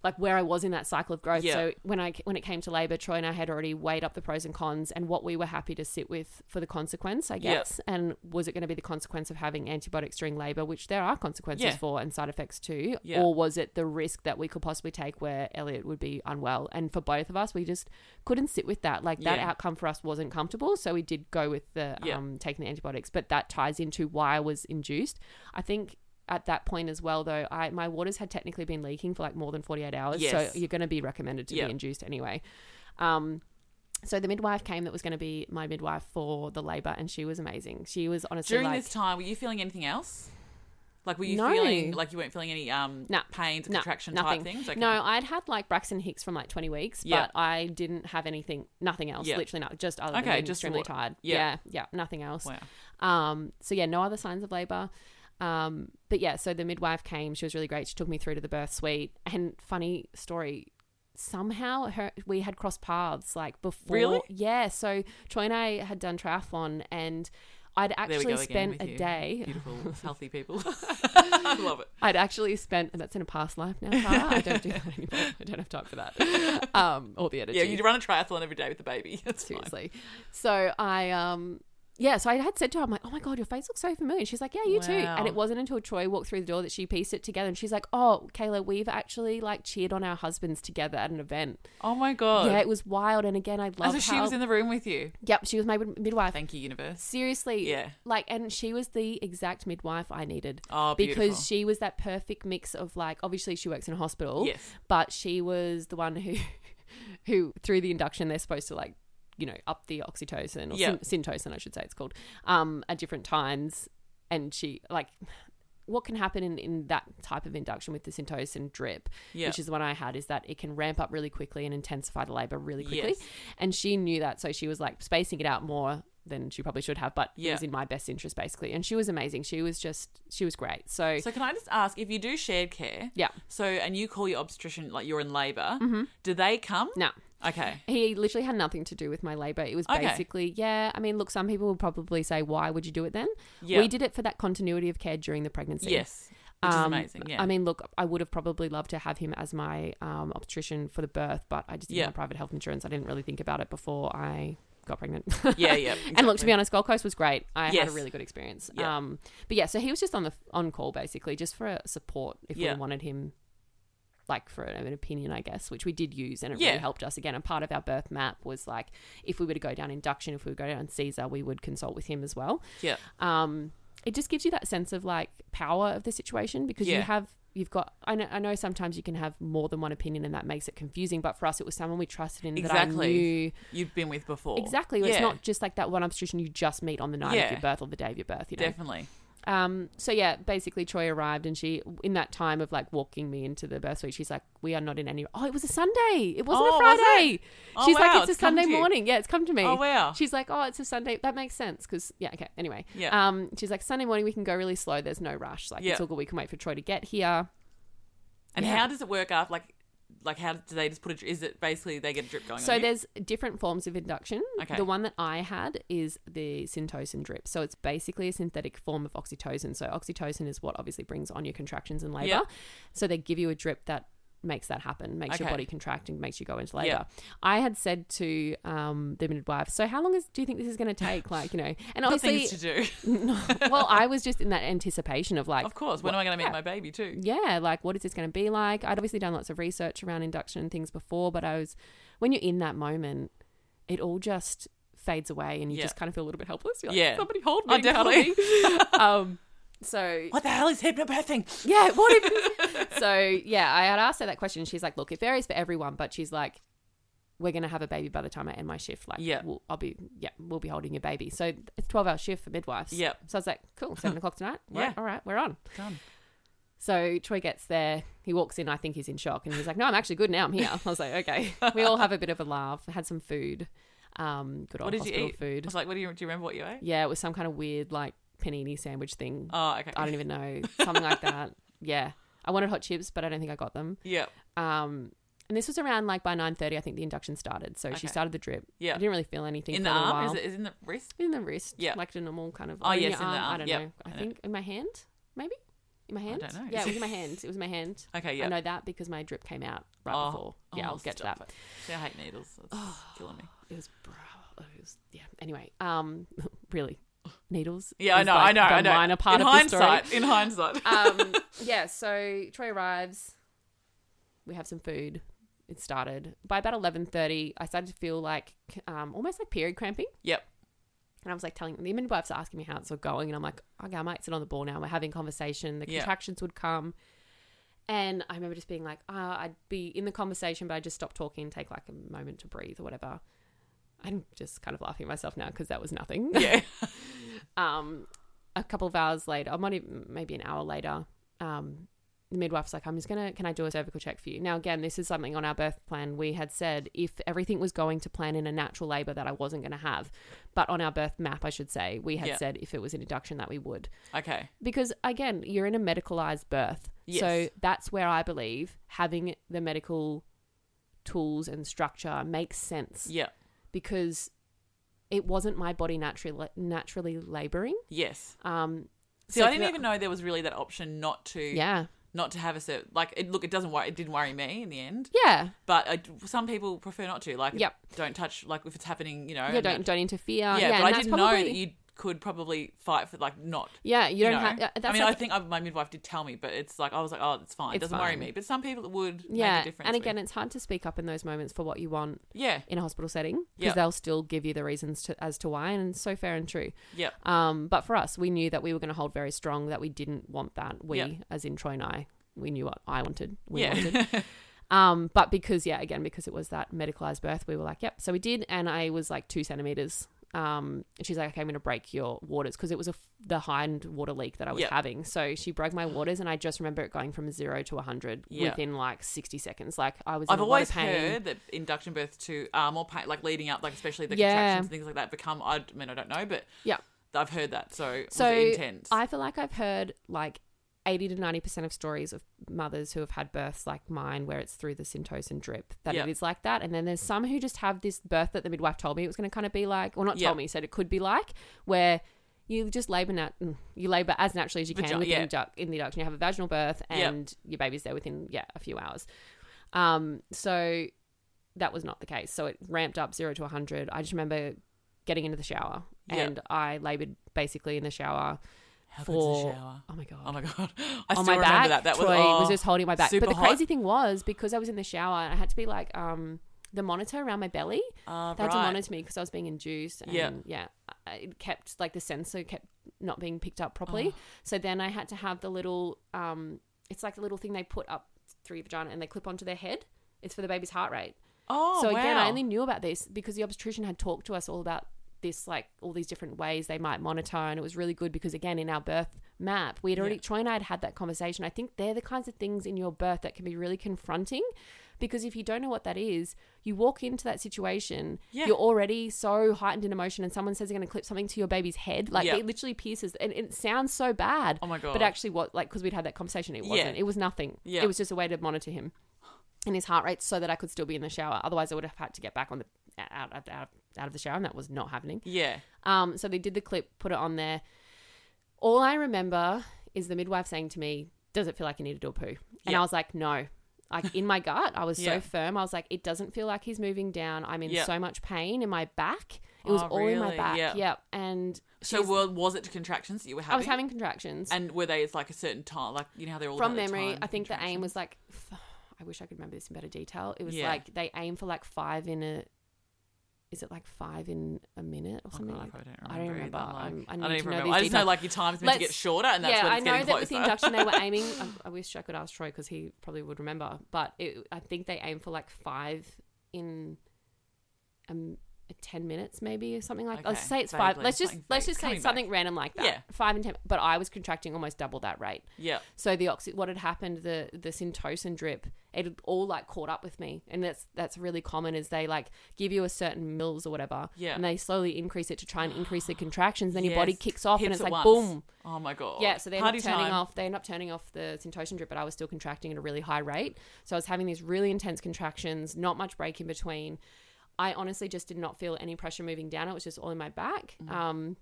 B: like where I was in that cycle of growth.
A: Yeah.
B: So when I when it came to labor, Troy and I had already weighed up the pros and cons and what we were happy to sit with for the consequence, I
A: Yeah.
B: guess. And was it going to be the consequence of having antibiotics during labor, which there are consequences
A: Yeah.
B: for and side effects too,
A: Yeah.
B: or was it the risk that we could possibly take where Elliot would be unwell? And for both of us, we just couldn't sit with that. Like that
A: Yeah.
B: outcome for us wasn't comfortable, so we did go with the
A: Yeah.
B: um, taking the antibiotics. But that ties into why I was induced. I think at that point as well, though, I my waters had technically been leaking for like more than forty eight hours,
A: Yes.
B: so you're going to be recommended to
A: Yeah.
B: be induced anyway. Um, so the midwife came that was going to be my midwife for the labor, and she was amazing. She was honestly
A: During
B: like,
A: this time, were you feeling anything else? Like, were you
B: No.
A: feeling like you weren't feeling any um
B: Nah.
A: pains or
B: Nah,
A: contraction
B: nothing.
A: type things? Okay.
B: No, I'd had like Braxton Hicks from like 20 weeks,
A: Yeah.
B: but I didn't have anything, nothing else,
A: Yeah.
B: literally not, just other
A: Okay,
B: than being
A: just
B: extremely
A: what-
B: tired.
A: yeah.
B: yeah, yeah, nothing else.
A: Wow.
B: Um, so yeah, no other signs of labor. Um, but yeah, so the midwife came. She was really great. She took me through to the birth suite. And funny story, somehow her we had crossed paths like before.
A: Really?
B: Yeah. So Troy and I had done triathlon, and I'd
A: There we
B: actually
A: go again
B: spent
A: with
B: a
A: you.
B: day.
A: Beautiful, healthy people. I love it.
B: I'd actually spent. and That's in a past life now. Tara. I don't do that anymore. I don't have time for that. Um, or the editing.
A: Yeah, you run a triathlon every day with the baby. That's fine.
B: seriously. So I um yeah, so I had said to her, I'm like, oh my God, your face looks so familiar. And she's like, yeah, you too.
A: Wow.
B: And it wasn't until Troy walked through the door that she pieced it together. And she's like, oh, Kayla, we've actually like cheered on our husbands together at an event.
A: Oh my god.
B: Yeah, it was wild. And again, I
A: And
B: love
A: so
B: how.
A: she was in the room with you.
B: yep, she was my mid- midwife.
A: Thank you, universe.
B: Seriously.
A: Yeah.
B: Like, and she was the exact midwife I needed.
A: Oh, beautiful.
B: Because she was that perfect mix of like, obviously she works in a hospital,
A: yes.
B: but she was the one who who through the induction they're supposed to like you know up the oxytocin or
A: Yeah.
B: syn- syntocin i should say it's called um at different times and she like what can happen in, in that type of induction with the syntocin drip
A: Yeah.
B: which is the one i had is that it can ramp up really quickly and intensify the labor really quickly
A: Yes.
B: and she knew that so she was like spacing it out more than she probably should have but it
A: Yeah.
B: was in my best interest basically and she was amazing she was just she was great so,
A: So can I just ask if you do shared care?
B: yeah Mm-hmm.
A: So and you call your obstetrician like you're in labor, do they come?
B: no
A: Okay.
B: He literally had nothing to do with my labor. It was
A: Okay.
B: basically, yeah, I mean, look, some people will probably say, why would you do it then?
A: Yeah.
B: We did it for that continuity of care during the pregnancy.
A: Yes. Which
B: Um,
A: is amazing. Yeah.
B: I mean, look, I would have probably loved to have him as my um, obstetrician for the birth, but I just didn't
A: Yeah.
B: have private health insurance. I didn't really think about it before I got pregnant.
A: yeah, yeah.
B: And look, to
A: exactly.
B: be honest, Gold Coast was great. I had a
A: Yes.
B: really good experience.
A: Yeah.
B: Um, but yeah, so he was just on the on call basically, just for support if
A: Yeah.
B: we wanted him, like for an, an opinion, I guess, which we did use, and it
A: Yeah.
B: really helped us. Again, and part of our birth map was like if we were to go down induction, if we were to go down Caesar, we would consult with him as well.
A: Yeah.
B: Um, it just gives you that sense of like power of the situation because
A: Yeah.
B: you have. You've got. I know. I know. Sometimes you can have more than one opinion, and that makes it confusing. But for us, it was someone we trusted in that I
A: Exactly.
B: knew
A: You've been with before.
B: Exactly. It's
A: Yeah.
B: not just like that one obstetrician you just meet on the night of
A: Yeah.
B: your birth or the day of your birth, you know.
A: Definitely.
B: um, so yeah, basically Troy arrived and she in that time of like walking me into the birth suite, she's like, We are not in any Oh, it was a Sunday. It wasn't
A: Oh, was
B: a
A: it?
B: Friday.
A: Oh,
B: she's
A: wow,
B: like, It's,
A: it's
B: a
A: come to
B: Sunday
A: you."
B: morning. Yeah, it's come to me.
A: Oh, wow.
B: She's like, Oh, it's a Sunday that makes sense because yeah, okay. Anyway.
A: Yeah.
B: Um she's like, Sunday morning we can go really slow, there's no rush. Like
A: Yeah.
B: it's all good, we can wait for Troy to get here.
A: and
B: yeah.
A: how does it work after? Like, like how do they just put a? dr- Is it basically they get a drip going?
B: So
A: on you?
B: there's different forms of induction.
A: Okay.
B: The one that I had is the syntocin drip. So it's basically a synthetic form of oxytocin. So oxytocin is what obviously brings on your contractions and labor.
A: Yeah.
B: So they give you a drip that makes that happen, makes your
A: Okay.
B: body contract and makes you go into labor.
A: Yeah.
B: I had said to um, the midwife, so how long is do you think this is going to take? Like, you know, and
A: Other
B: obviously,
A: things to do.
B: no, well, I was just in that anticipation of like,
A: of course. When am I going to meet
B: yeah.
A: my baby too?
B: yeah, like what is this going to be like? I'd obviously done lots of research around induction and things before, but I was, when you're in that moment, it all just fades away and you
A: Yeah.
B: just kind of feel a little bit helpless. You're like,
A: Yeah.
B: somebody hold
A: Oh,
B: me. and cuddle
A: definitely.
B: me. um, so,
A: What the hell is hypnobirthing?
B: yeah, what if, so yeah, I had asked her that question. She's like, look, it varies for everyone, but she's like, we're going to have a baby by the time I end my shift. Like,
A: Yeah.
B: we'll, I'll be, yeah, we'll be holding your baby. So it's 12 hour shift for midwives.
A: Yep.
B: So I was like, cool, seven o'clock tonight.
A: Yeah.
B: Right, All right, we're on.
A: Done.
B: So Troy gets there. He walks in. I think he's in shock, and he's like, "No, I'm actually good now. I'm here." I was like, "Okay." We all have a bit of a laugh. Had some food. Um, good old
A: What did you
B: hospital
A: eat? I
B: food.
A: was like, what do you do? You remember what you ate?
B: Yeah, it was some kind of weird like panini sandwich thing.
A: Oh, okay.
B: I don't even know something like that. Yeah, I wanted hot chips, but I don't think I got them.
A: Yeah.
B: Um, and this was around like by nine thirty. I think the induction started. So
A: Okay.
B: she started the drip. I
A: Yeah.
B: didn't really feel anything
A: In
B: for
A: the
B: a little
A: arm?
B: while.
A: Is it is it in the wrist?
B: in the wrist?
A: Yeah.
B: like a normal kind of.
A: Oh,
B: or in
A: yes,
B: your
A: in the
B: arm. I
A: arm.
B: don't
A: Yep.
B: know. I
A: I know.
B: think in my hand, maybe. In my hand.
A: don't know.
B: Yeah, it was in my hand. It was in my hand.
A: Okay.
B: I
A: Yeah.
B: know that because my drip came out right
A: Oh,
B: before. Yeah,
A: oh,
B: I'll get to
A: stop
B: that.
A: it. See, I hate needles. It's
B: Oh.
A: just killing me.
B: It was, bro, it was, yeah. Anyway, um, really, needles.
A: Yeah, I
B: is,
A: know.
B: like,
A: I know. I
B: the
A: know.
B: Minor part
A: in
B: of
A: hindsight, in hindsight.
B: the story. um, yeah. So Troy arrives. We have some food. It started by about eleven thirty. I started to feel like um, almost like period cramping.
A: Yep.
B: And I was like telling the midwives are asking me how it's all going, and I'm like, okay, I might sit on the ball now. We're having conversation. The
A: Yeah.
B: contractions would come, and I remember just being like, oh, I'd be in the conversation, but I just stop talking, take like a moment to breathe or whatever. I'm just kind of laughing at myself now because that was nothing.
A: Yeah.
B: um, a couple of hours later, I might even, maybe an hour later, um, the midwife's like, I'm just gonna, can I do a cervical check for you? Now, again, this is something on our birth plan. We had said if everything was going to plan in a natural labor that I wasn't gonna have, but on our birth map, I should say, we had
A: Yeah.
B: said if it was an induction that we would.
A: Okay.
B: Because again, you're in a medicalized birth. So
A: Yes.
B: that's where I believe having the medical tools and structure makes sense
A: Yeah.
B: because it wasn't my body naturally naturally laboring.
A: Yes.
B: Um,
A: See,
B: so
A: I
B: for
A: didn't
B: the-
A: even know there was really that option not to
B: Yeah,
A: not to have a cert. Like, it, look, it doesn't worry. It didn't worry me in the end.
B: yeah,
A: But I, some people prefer not to. Like,
B: Yep.
A: don't touch. Like, if it's happening, you know.
B: yeah.
A: and
B: Don't
A: that-
B: don't interfere.
A: Yeah,
B: Yeah,
A: but
B: and
A: I
B: that's
A: didn't know
B: probably-
A: that you could probably fight for like not.
B: Yeah, you
A: You
B: don't
A: know.
B: have. That's
A: I mean,
B: like,
A: I think I, my midwife did tell me, but it's like I was like, oh, it's fine. It
B: It's
A: doesn't worry
B: fine.
A: me. But some people it would make
B: yeah,
A: a difference.
B: and
A: with.
B: again, it's hard to speak up in those moments for what you want
A: yeah,
B: in a hospital setting because
A: Yeah.
B: they'll still give you the reasons to, as to why, and it's so fair and true.
A: yeah,
B: Um, but for us, we knew that we were going to hold very strong that we didn't want that. We,
A: Yeah.
B: as in Troy and I, we knew what I wanted. We
A: yeah,
B: wanted. Um, but because yeah, again, because it was that medicalized birth, we were like, yep. So we did, and I was like two centimeters. Um, and she's like, okay, I'm gonna break your waters because it was a f- the hind water leak that I was
A: Yep.
B: having. So she broke my waters, and I just remember it going from zero to hundred
A: Yeah.
B: within like sixty seconds. Like I was.
A: I've
B: in a lot of
A: always
B: pain.
A: heard that induction birth to uh, more pain, like leading up, like especially the
B: Yeah.
A: contractions and things like that, become. I mean, I don't know, but
B: Yeah.
A: I've heard that. So,
B: So
A: was it intense.
B: I feel like I've heard like 80 to 90% of stories of mothers who have had births like mine where it's through the syntocin drip that
A: Yep.
B: it is like that and then there's some who just have this birth that the midwife told me it was going to kind of be like well not
A: Yep.
B: told me said it could be like where you just labor nat- mm, you labor as naturally as you can
A: Vagi-
B: within
A: yeah.
B: duct- in the induction you have a vaginal birth
A: Yep.
B: and your baby's there within yeah a few hours um so that was not the case so it ramped up 0 to 100 i just remember getting into the shower
A: Yep.
B: and i labored basically in the shower
A: How good's
B: for
A: the shower?
B: oh my god
A: Oh my god, I still
B: on my
A: remember
B: back.
A: that. That
B: Troy
A: was, oh,
B: just holding my back. But
A: super
B: the
A: hot.
B: crazy thing was because I was in the shower and I had to be like um the monitor around my belly.
A: uh,
B: They had to
A: right.
B: monitor me because I was being induced. And
A: Yeah.
B: yeah. I- It kept like the sensor kept not being picked up properly. So then I had to have the little um it's like the little thing they put up through your vagina and they clip onto their head. It's for the baby's heart rate.
A: Oh,
B: so again,
A: wow.
B: I only knew about this because the obstetrician had talked to us all about this, like all these different ways they might monitor, and it was really good because again, in our birth map, we had already
A: Yeah.
B: Troy and I had had that conversation. I think they're the kinds of things in your birth that can be really confronting, because if you don't know what that is, you walk into that situation,
A: Yeah.
B: you're already so heightened in emotion, and someone says they're going to clip something to your baby's head, like
A: Yeah.
B: it literally pierces, and it sounds so bad.
A: Oh my god.
B: But actually, what like because we'd had that conversation, it
A: Yeah.
B: wasn't. It was nothing.
A: Yeah.
B: It was just a way to monitor him and his heart rate, so that I could still be in the shower. Otherwise, I would have had to get back on the out out out, out of the shower, and that was not happening.
A: yeah,
B: Um, so they did the clip, put it on there. All I remember is the midwife saying to me, "Does it feel like you need to do a poo?" And
A: Yeah.
B: I was like, "No." Like in my gut, I was
A: Yeah.
B: so firm. I was like, "It doesn't feel like he's moving down. I'm in
A: Yeah.
B: so much pain in my back. It was
A: Oh,
B: all in my
A: really?
B: back.
A: Yeah.
B: Yep." And
A: so
B: she's-
A: were, was it contractions that you were having?
B: I was having contractions.
A: and were they it's like a certain time, like you know how they're all
B: from
A: about the
B: memory,
A: time
B: I think the aim
A: contractions?
B: was like. f- I wish I could remember this in better detail. It was
A: Yeah.
B: like they aim for like five in a. Is it like five in a minute or
A: Oh
B: something?
A: God,
B: like that?
A: I
B: I
A: don't
B: don't
A: remember. either,
B: remember.
A: like,
B: I'm- I
A: I
B: need
A: don't
B: to
A: even
B: know
A: remember.
B: these
A: I just know
B: details.
A: like your time's meant to get
B: Let's-
A: shorter, and that's
B: yeah,
A: when
B: I
A: it's
B: know
A: getting
B: that with the
A: closer.
B: induction they were aiming. I, I wish I could ask Troy because he probably would remember. But it, I think they aim for like five in um, ten minutes, maybe or something like. Let's
A: Okay,
B: say it's five.
A: vaguely,
B: Let's just
A: something
B: let's
A: vague.
B: just say
A: Coming
B: it's something random like that.
A: Yeah.
B: Five and ten. But I was contracting almost double that rate.
A: yeah,
B: So the oxy, what had happened, the the syntocin drip, it had all like caught up with me, and that's that's really common. Is they like give you a certain mils or whatever,
A: Yeah.
B: and they slowly increase it to try and increase the contractions. Then your body
A: Yes.
B: kicks off, and
A: Hips
B: it's
A: at
B: like
A: once.
B: boom,
A: Oh my god.
B: yeah. So they end up
A: Party
B: turning
A: time.
B: off. They end up turning off the syntocin drip, but I was still contracting at a really high rate. So I was having these really intense contractions, not much break in between. I honestly just did not feel any pressure moving down. It was just all in my back.
A: Mm-hmm.
B: Um,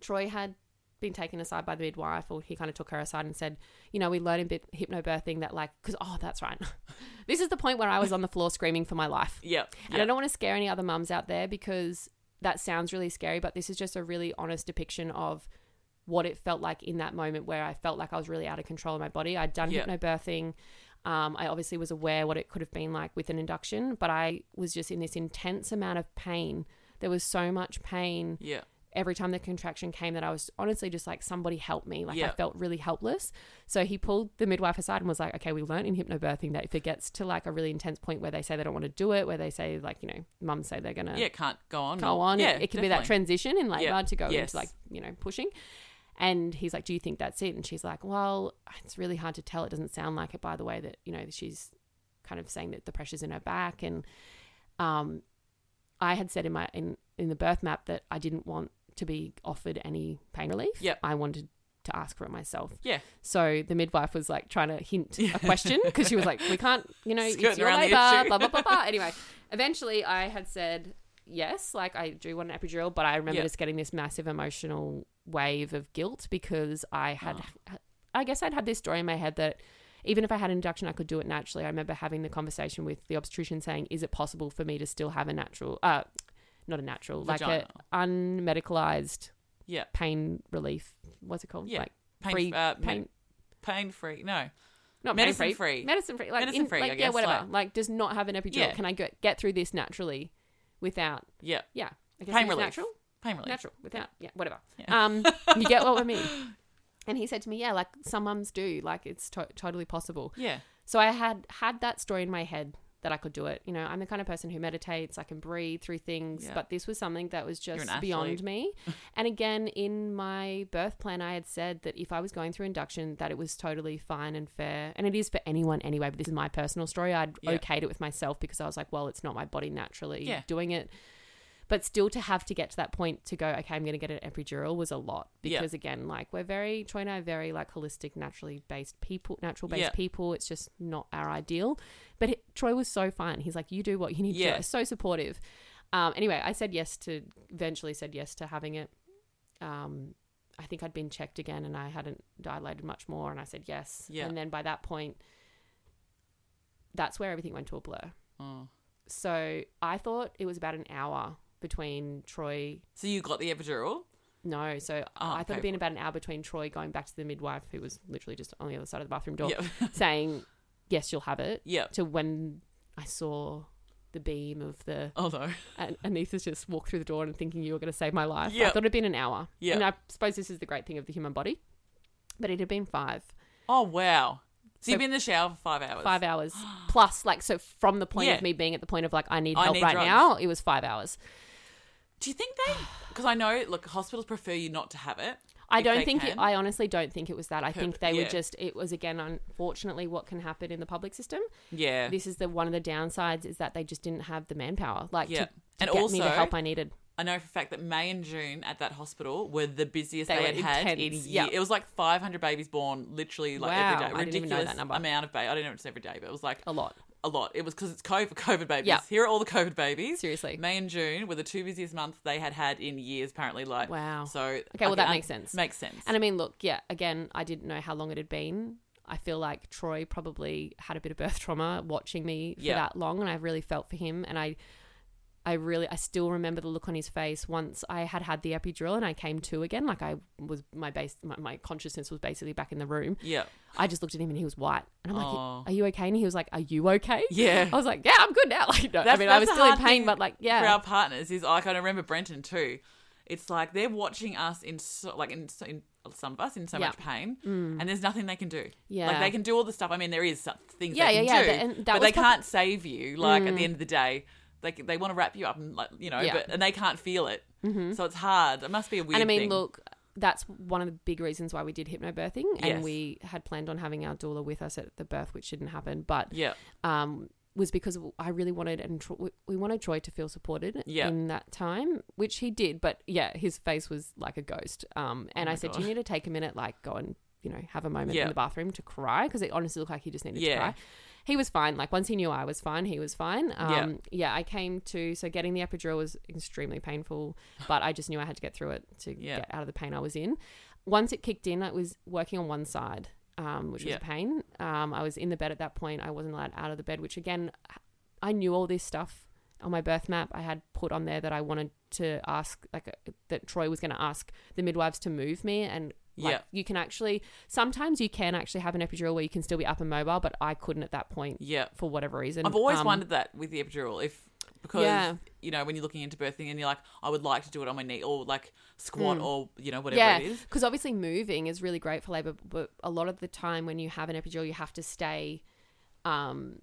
B: Troy had been taken aside by the midwife, or he kind of took her aside and said, "You know, we learn in bit hypnobirthing that like, because oh, that's right. this is the point where I was on the floor screaming for my life,
A: Yeah,
B: and I don't want to scare any other mums out there because that sounds really scary, but this is just a really honest depiction of what it felt like in that moment where I felt like I was really out of control of my body. I'd done
A: Yeah.
B: hypnobirthing. Um, I obviously was aware what it could have been like with an induction, but I was just in this intense amount of pain. There was so much pain
A: yeah,
B: every time the contraction came that I was honestly just like, somebody help me. Like
A: Yeah.
B: I felt really helpless. So he pulled the midwife aside and was like, okay, we learned in hypnobirthing that if it gets to like a really intense point where they say they don't want to do it, where they say like, you know, mums say they're going to
A: yeah. Can't go on.
B: go on,
A: Yeah,
B: it, it can be that
A: definitely.
B: transition in labor
A: Yeah.
B: to go
A: Yes.
B: into like, you know, pushing. And he's like, do you think that's it? And she's like, well, it's really hard to tell. It doesn't sound like it by the way that, you know, she's kind of saying that the pressure's in her back and um I had said in my in in the birth map that I didn't want to be offered any pain relief.
A: Yep.
B: I wanted to ask for it myself.
A: Yeah.
B: So the midwife was like trying to hint a question because she was like, "We can't, you know, it's
A: Skirting
B: your
A: around the
B: labor,
A: issue.
B: blah blah blah blah." Anyway, eventually I had said yes, like I do want an epidural, but I remember
A: Yeah.
B: just getting this massive emotional wave of guilt because I had,
A: Ah.
B: I guess I'd had this story in my head that even if I had an induction, I could do it naturally. I remember having the conversation with the obstetrician saying, "Is it possible for me to still have a natural, uh, not a natural,
A: Vagina.
B: like a unmedicalized,
A: Yeah.
B: pain relief? What's it called?
A: Yeah.
B: like
A: Pain,
B: free
A: uh,
B: pain."
A: pain, pain free. No,
B: not
A: medicine
B: pain
A: free.
B: medicine free, like,
A: Medicine
B: in-
A: free,
B: like
A: I
B: yeah,
A: guess,
B: whatever,
A: like-
B: like, just not have an epidural.
A: Yeah.
B: Can I get get through this naturally, without
A: yeah,
B: yeah, I guess
A: Pain
B: it's
A: relief.
B: natural,
A: pain relief.
B: natural, without yeah, whatever.
A: Yeah.
B: Um, you get what I mean. And he said to me, yeah, like some mums do, like it's to- totally possible.
A: Yeah,
B: So I had had that story in my head that I could do it. You know, I'm the kind of person who meditates, I can breathe through things,
A: Yeah.
B: but this was something that was
A: an
B: just
A: athlete.
B: beyond me. and again, in my birth plan, I had said that if I was going through induction, that it was totally fine and fair. And it is for anyone anyway, but this is my personal story. I'd
A: Yeah.
B: okayed it with myself because I was like, well, it's not my body naturally
A: Yeah.
B: doing it. But still, to have to get to that point to go, okay, I'm going to get an epidural was a lot
A: Yeah.
B: because again, like we're very Troy and I are very like holistic, naturally based people, natural based
A: Yeah.
B: people. It's just not our ideal. But it, Troy was so fine. He's like, you do what you need
A: Yeah.
B: to. do. So supportive. Um, anyway, I said yes to eventually said yes to having it. Um, I think I'd been checked again and I hadn't dilated much more, and I said yes.
A: Yeah.
B: And then by that point, that's where everything went to a blur.
A: Oh.
B: So I thought it was about an hour between Troy.
A: So you got the epidural?
B: No, so I thought
A: Ah, okay.
B: it'd been about an hour between Troy going back to the midwife, who was literally just on the other side of the bathroom door,
A: Yep.
B: saying, "Yes, you'll have it."
A: Yep.
B: To when I saw the beam of the
A: Oh no.
B: an- anaesthetist walk through the door and thinking you were going to save my life. I
A: Yep.
B: thought it'd been an hour.
A: Yep.
B: And I suppose this is the great thing of the human body, but it had been five.
A: Oh wow. So,
B: So-
A: you've been in the shower for five hours.
B: five hours plus like so from the point
A: Yeah.
B: of me being at the point of like i need
A: I
B: help
A: need
B: right
A: drugs.
B: now it was five hours
A: Do you think they? Because I know, look, hospitals prefer you not to have it.
B: i
A: If
B: don't
A: they
B: think it,
A: can.
B: i honestly don't think it was that i think they
A: yeah.
B: were just it was again unfortunately what can happen in the public system
A: Yeah.
B: this is the one of the downsides is that they just didn't have the manpower like
A: Yeah.
B: to, to
A: And
B: get me the
A: also-
B: help i needed
A: I know for a fact that May and June at that hospital were the busiest
B: They
A: they,
B: were
A: had had in a
B: intense,
A: year.
B: yeah.
A: It was like 500 babies born literally like
B: Wow,
A: every day.
B: I
A: Ridiculous
B: didn't even know that number.
A: amount of babies. I don't know if it's every day, but it was like
B: a lot
A: a lot. It was because it's COVID, COVID babies.
B: Yeah.
A: Here are all the COVID babies.
B: Seriously.
A: May and June were the two busiest months they had had in years, apparently. Like,
B: Wow.
A: So, okay,
B: well, that makes sense.
A: Makes sense.
B: and i mean look yeah again i didn't know how long it had been I feel like Troy probably had a bit of birth trauma watching me for
A: Yeah.
B: that long, and I really felt for him. And I, I really, I still remember the look on his face once I had had the epidural and I came to again. Like I was, my base, my, my consciousness was basically back in the room.
A: yeah.
B: I just looked at him and he was white, and I'm like,
A: Aw.
B: "Are you okay?" And he was like, "Are you okay?"
A: Yeah.
B: I was like, "Yeah, I'm good now." Like, no, I
A: That's-
B: mean, I
A: that's
B: was
A: a
B: still in
A: hard
B: pain,
A: thing
B: but like,
A: for
B: yeah,
A: our partners is like I remember Brenton too. It's like they're watching us in so, like in, so, in some of us in so
B: Yeah. Mm.
A: much pain, and there's nothing they can do. like
B: Yeah.
A: they can do all the stuff. I mean, there is some things
B: Yeah,
A: they can
B: yeah, yeah,
A: do,
B: but- and that
A: but
B: was
A: they
B: prob- Mm.
A: can't save you. Like at the end of the day, they c- they want to wrap you up and like you know,
B: Yeah. Mm.
A: but and they can't feel it,
B: Mm-hmm.
A: so it's hard. It must be a weird.
B: and I mean,
A: thing.
B: look, that's one of the big reasons why we did hypnobirthing,
A: Yes.
B: and we had planned on having our doula with us at the birth, which didn't happen, but
A: yeah,
B: um, was because I really wanted and Tro- we- we wanted Troy to feel supported
A: Yeah.
B: in that time, which he did. But yeah, his face was like a ghost. Um, and
A: Oh my
B: I said,
A: God.
B: "Do you need to take a minute, like go and you know have a moment
A: Yeah.
B: in the bathroom to cry?" Because it honestly looked like he just needed
A: Yeah.
B: to cry. He was fine. Like once he knew I was fine, he was fine.
A: Yeah.
B: Um, yeah. I came to so getting the epidural was extremely painful, but I just knew I had to get through it to
A: Yeah.
B: get out of the pain I was in. Once it kicked in, I was working on one side, um, which was
A: Yeah.
B: a pain. Um, I was in the bed at that point. I wasn't allowed out of the bed, which again, I knew all this stuff on my birth map. I had put on there that I wanted to ask, like, uh, that Troy was going to ask the midwives to move me. And like,
A: Yeah.
B: you can actually, sometimes you can actually have an epidural where you can still be up and mobile, but I couldn't at that point
A: yeah.
B: for whatever reason.
A: I've always
B: Um,
A: wondered that with the epidural, if because
B: Yeah.
A: you know when you're looking into birthing and you're like, I would like to do it on my knee or like squat or you know whatever
B: Mm. Yeah,
A: it is.
B: because obviously moving is really great for labor, but a lot of the time when you have an epidural, you have to stay um,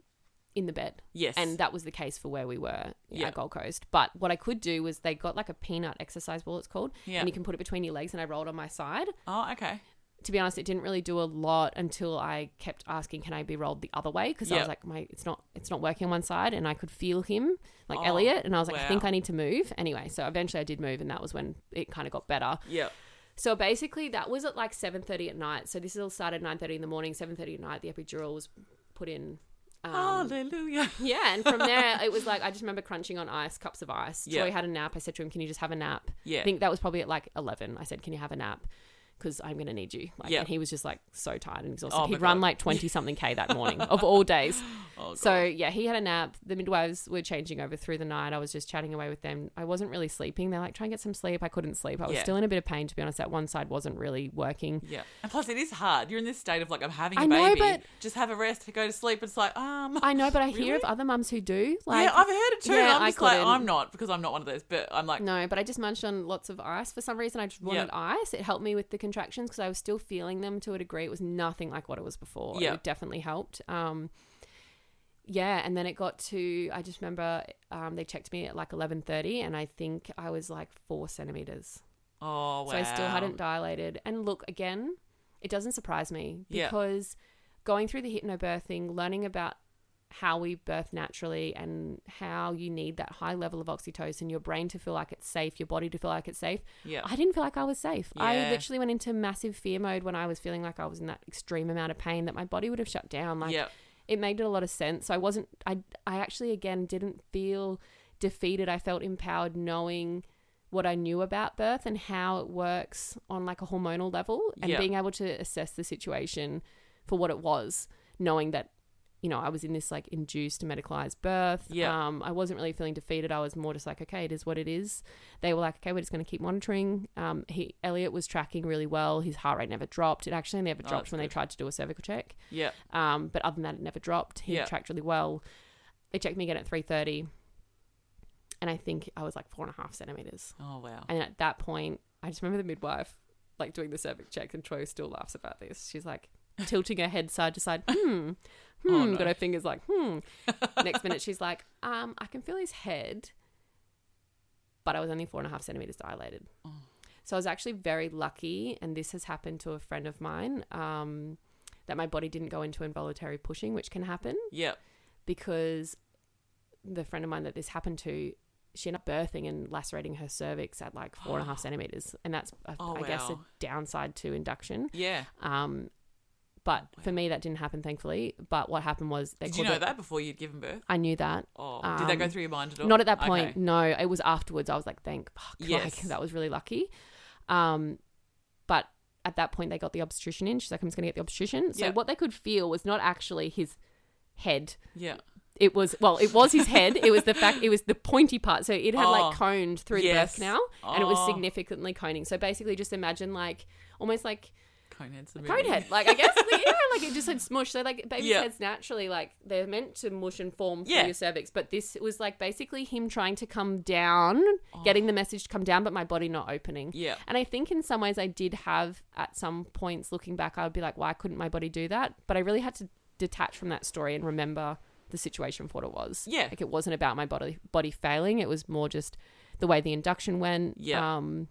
B: in the bed.
A: Yes,
B: And that was the case for where we were
A: Yeah.
B: at Gold Coast. But what I could do was they got like a peanut exercise ball, it's called,
A: Yeah.
B: and you can put it between your legs. And I rolled on my side.
A: oh okay.
B: To be honest, it didn't really do a lot until I kept asking, "Can I be rolled the other way?" Because I
A: Yeah.
B: was like, "My, it's not, it's not working on one side," and I could feel him, like
A: Oh,
B: Elliot, and I was like, "I think
A: wow.
B: I need to move." Anyway, so eventually I did move, and that was when it kind of got better.
A: Yeah.
B: So basically, that was at like seven thirty at night. So this all started nine thirty in the morning, seven thirty at night. The epidural was put in.
A: Oh,
B: Um,
A: Hallelujah.
B: yeah, and from there it was like I just remember crunching on ice, cups of ice.
A: Yeah.
B: Troy had a nap. I said to him, "Can you just have a nap?"
A: Yeah.
B: I think that was probably at like eleven. I said, "Can you have a nap?" Because I'm going to need you. Like,
A: Yeah.
B: And he was just like so tired and exhausted.
A: Oh, my
B: He'd run
A: God.
B: like twenty something k that morning of all days.
A: Oh,
B: So yeah, he had a nap. The midwives were changing over through the night. I was just chatting away with them. I wasn't really sleeping. They're like, try and get some sleep. I couldn't sleep. I was
A: Yeah.
B: still in a bit of pain to be honest. That one side wasn't really working.
A: Yeah. And plus, it is hard. You're in this state of like, I'm having a
B: I know,
A: baby.
B: but-
A: Just have a rest, go to sleep. It's like, um.
B: I know, but I hear
A: Really?
B: of other mums who do. Like,
A: yeah, I've heard it too.
B: Yeah,
A: and
B: I
A: I'm just like,
B: couldn't. Mm.
A: I'm not because I'm not one of those. But I'm like,
B: no, but I just munched on lots of ice. For some reason, I just wanted
A: Yeah.
B: ice. It helped me with the contractions because I was still feeling them to a degree. It was nothing like what it was before.
A: Yeah.
B: It definitely helped. Um, yeah, and then it got to. I just remember um, they checked me at like eleven thirty, and I think I was like four centimeters.
A: oh wow.
B: So I still hadn't dilated. And look, again, it doesn't surprise me
A: Yeah.
B: because going through the hypnobirthing, learning about how we birth naturally and how you need that high level of oxytocin, your brain to feel like it's safe, your body to feel like it's safe.
A: Yeah.
B: I didn't feel like I was safe. I
A: Yeah.
B: literally went into massive fear mode when I was feeling like I was in that extreme amount of pain that my body would have shut down. Like
A: yeah.
B: it made it a lot of sense. So I wasn't I I actually again didn't feel defeated. I felt empowered knowing what I knew about birth and how it works on like a hormonal level and
A: Yeah.
B: being able to assess the situation for what it was, knowing that you know, I was in this like induced medicalized birth.
A: Yeah.
B: Um, I wasn't really feeling defeated. I was more just like, okay, it is what it is. They were like, okay, we're just going to keep monitoring. Um, he Elliot was tracking really well. His heart rate never dropped. It actually never
A: Oh,
B: dropped
A: that's
B: when they
A: good.
B: tried to do a cervical check.
A: Yeah.
B: Um, but other than that, it never dropped. He
A: Yeah.
B: tracked really well. They checked me again at three thirty, and I think I was like four and a half centimeters.
A: Oh wow.
B: And at that point, I just remember the midwife like doing the cervix check, and Troy still laughs about this. She's like tilting her head side to side. Hmm. Hmm.
A: Oh, no.
B: Got her fingers like hmm. Next minute, she's like, um, I can feel his head, but I was only four and a half centimeters dilated.
A: Oh.
B: So I was actually very lucky, and this has happened to a friend of mine, um, that my body didn't go into involuntary pushing, which can happen
A: Yeah.
B: because the friend of mine that this happened to, she ended up birthing and lacerating her cervix at like four and a half centimeters, and that's I,
A: Oh,
B: I guess a
A: wow.
B: downside to induction.
A: Yeah.
B: Um, but
A: Oh,
B: for
A: wow.
B: me, that didn't happen, thankfully. But what happened was they
A: Did you
B: called
A: know
B: it-
A: that before you'd given birth?
B: I knew that.
A: Oh, did that go
B: Um,
A: through your mind at all?
B: Not at that point.
A: Okay.
B: No, it was afterwards. I was like, thank fuck. Like,
A: Yes.
B: that was really lucky. Um, but at that point, they got the obstetrician in. She's like, I'm just going to get the obstetrician. So
A: Yeah.
B: what they could feel was not actually his head.
A: Yeah.
B: It was well, it was his head. It was the fact. It was the pointy part. So it had
A: Oh.
B: like coned through
A: Yes.
B: the birth canal, and it was
A: Oh.
B: significantly coning. So basically, just imagine like almost like
A: Conehead's the
B: a
A: movie.
B: cone head. Like I guess like, yeah, like it just had smushed. So like baby
A: Yeah.
B: heads naturally like they're meant to mush and form
A: Yeah.
B: through your cervix, but this was like basically him trying to come down,
A: Oh.
B: getting the message to come down, but my body not opening.
A: Yeah.
B: And I think in some ways I did have at some points looking back, I would be like, why couldn't my body do that? But I really had to detach from that story and remember the situation for what it was.
A: Yeah.
B: Like it wasn't about my body body failing. It was more just the way the induction went.
A: Yeah.
B: Um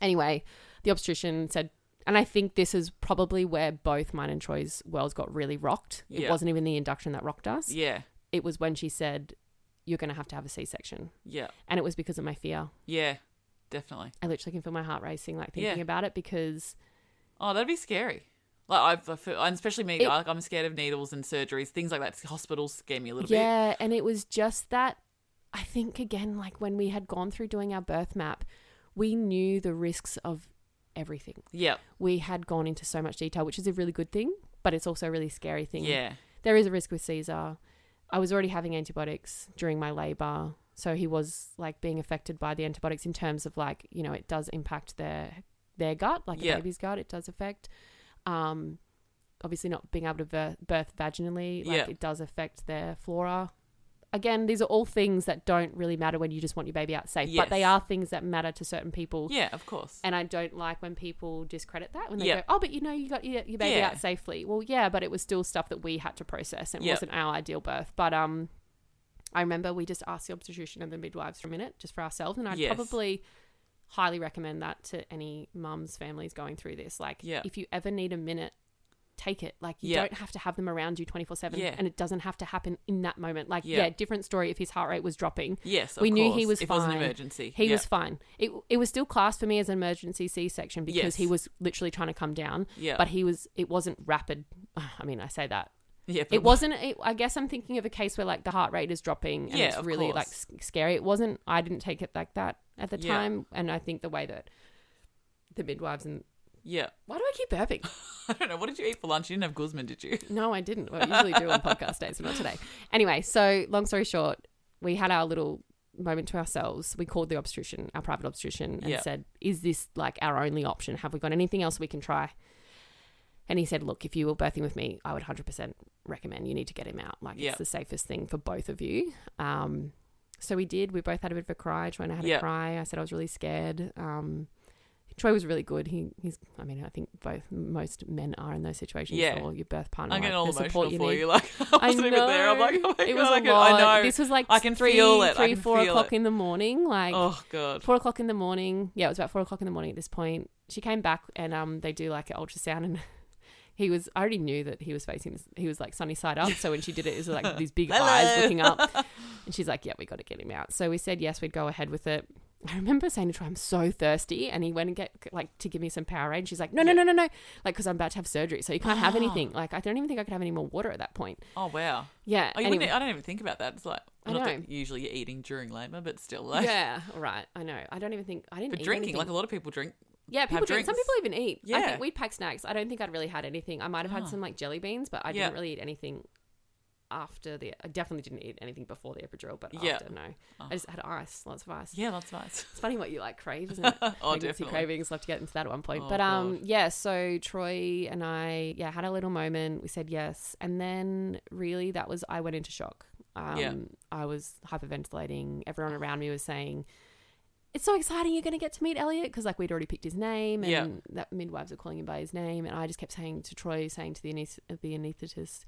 B: anyway, the obstetrician said and I think this is probably where both mine and Troy's worlds got really rocked. It
A: Yeah.
B: wasn't even the induction that rocked us.
A: Yeah.
B: It was when she said, You're gonna have to have a C section.
A: Yeah.
B: And it was because of my fear.
A: Yeah. Definitely.
B: I literally can feel my heart racing, like thinking
A: Yeah.
B: about it because
A: Oh, that'd be scary. Like I've, I feel, and especially me,
B: It-
A: like I'm scared of needles and surgeries, things like that. Hospitals scare me a little bit.
B: yeah and it was just that i think again like when we had gone through doing our birth map we knew the risks of everything
A: Yeah,
B: we had gone into so much detail which is a really good thing but it's also a really scary thing
A: yeah,
B: there is a risk with caesar i was already having antibiotics during my labor so he was like being affected by the antibiotics in terms of like you know it does impact their their gut like
A: Yeah.
B: a baby's gut it does affect um obviously not being able to birth, birth vaginally like
A: Yeah.
B: it does affect their flora again these are all things that don't really matter when you just want your baby out safe but they
A: Yes.
B: are things that matter to certain people
A: yeah. Of course.
B: and I don't like when people discredit that when they
A: Yeah.
B: go, "Oh, but you know, you got your, your baby
A: Yeah.
B: out safely." Well, yeah, but it was still stuff that we had to process, and it
A: Yeah.
B: wasn't our ideal birth. But um, I remember we just asked the obstetrician and the midwives for a minute, just for ourselves, and I'd
A: Yes.
B: probably highly recommend that to any mums, families going through this. Like,
A: Yeah.
B: if you ever need a minute. Take it. Like, you
A: Yeah.
B: don't have to have them around you 24 7,
A: Yeah.
B: and it doesn't have to happen in that moment. Like,
A: Yeah.
B: yeah, different story if his heart rate was dropping.
A: yes, of
B: we knew
A: course,
B: he was
A: If it was an
B: fine.
A: emergency,
B: He
A: yeah.
B: was fine. It, it was still classed for me as an emergency C section because
A: Yes.
B: he was literally trying to come down,
A: Yeah,
B: but he was it wasn't rapid. I mean, I say that
A: yeah, but
B: it wasn't. It, I guess I'm thinking of a case where like the heart rate is dropping and
A: Yeah,
B: it's
A: of
B: really
A: course.
B: like s- scary. It wasn't. I didn't take it like that at the
A: Yeah.
B: time, and I think the way that the midwives and
A: Yeah,
B: why do I keep burping?
A: I don't know. What did you eat for lunch? You didn't have Guzman, did you?
B: No, I didn't. Well, I usually do on podcast days, but not today. Anyway, so long story short, we had our little moment to ourselves. We called the obstetrician, our private obstetrician, and
A: Yeah.
B: said, Is this like our only option? Have we got anything else we can try? And he said, Look, if you were birthing with me, I would 100% recommend you need to get him out. Like,
A: Yeah.
B: it's the safest thing for both of you. Um, so we did. We both had a bit of a cry. Troy and I had
A: Yeah.
B: a cry. I said I was really scared. Um, Troy was really good. He, he's, I mean, I think both most men are in those situations.
A: Yeah.
B: Or your birth partner,
A: I'm
B: like,
A: getting all
B: the support
A: emotional
B: you
A: for
B: need.
A: you. Like I
B: I
A: wasn't even there. I'm like, oh my
B: it
A: god,
B: was
A: I,
B: a
A: can,
B: lot.
A: I know.
B: This was like
A: I can
B: three,
A: feel it. I
B: three,
A: can
B: four
A: feel
B: o'clock
A: it.
B: in the morning. Like
A: oh god,
B: four o'clock in the morning. Yeah, it was about four o'clock in the morning at this point. She came back and um, they do like an ultrasound and he was. I already knew that he was facing. This, he was like sunny side up. So when she did it, it was like these big
A: Hello.
B: eyes looking up, and she's like, "Yeah, we got to get him out." So we said yes, we'd go ahead with it. I remember saying to Troy, "I'm so thirsty," and he went and get like to give me some Powerade. And she's like, "No, no, no, no, no," like because I'm about to have surgery, so you can't have
A: Ah.
B: anything. Like I don't even think I could have any more water at that point.
A: Oh wow.
B: Yeah.
A: Oh, you
B: anyway.
A: wouldn't- I don't even think about that. It's like
B: I
A: not
B: know.
A: that usually you're eating during labor, but still like
B: yeah, right. I know. I don't even think I didn't.
A: but
B: eat
A: drinking
B: anything.
A: like a lot of people drink.
B: Yeah, people
A: have
B: drink. Some
A: drinks.
B: people even eat. I
A: Yeah.
B: think we packed snacks. I don't think I'd really had anything. I might have had
A: Ah.
B: some like jelly beans, but I
A: Yeah.
B: didn't really eat anything after the. I definitely didn't eat anything before the epidural, but
A: Yeah. Ah.
B: after no, I just had ice, lots of ice.
A: Yeah, that's nice.
B: It's funny what you like crave, isn't it?
A: oh,
B: Pregnancy
A: definitely.
B: cravings. Love to get into that at one point,
A: Oh,
B: but um,
A: God.
B: yeah. So Troy and I, yeah, had a little moment. We said yes, and then really that was I went into shock. Um,
A: Yeah.
B: I was hyperventilating. Everyone around me was saying, "It's so exciting! You're going to get to meet Elliot," because like we'd already picked his name, and
A: Yeah.
B: that midwives were calling him by his name, and I just kept saying to Troy, saying to the aneth- the anaesthetist.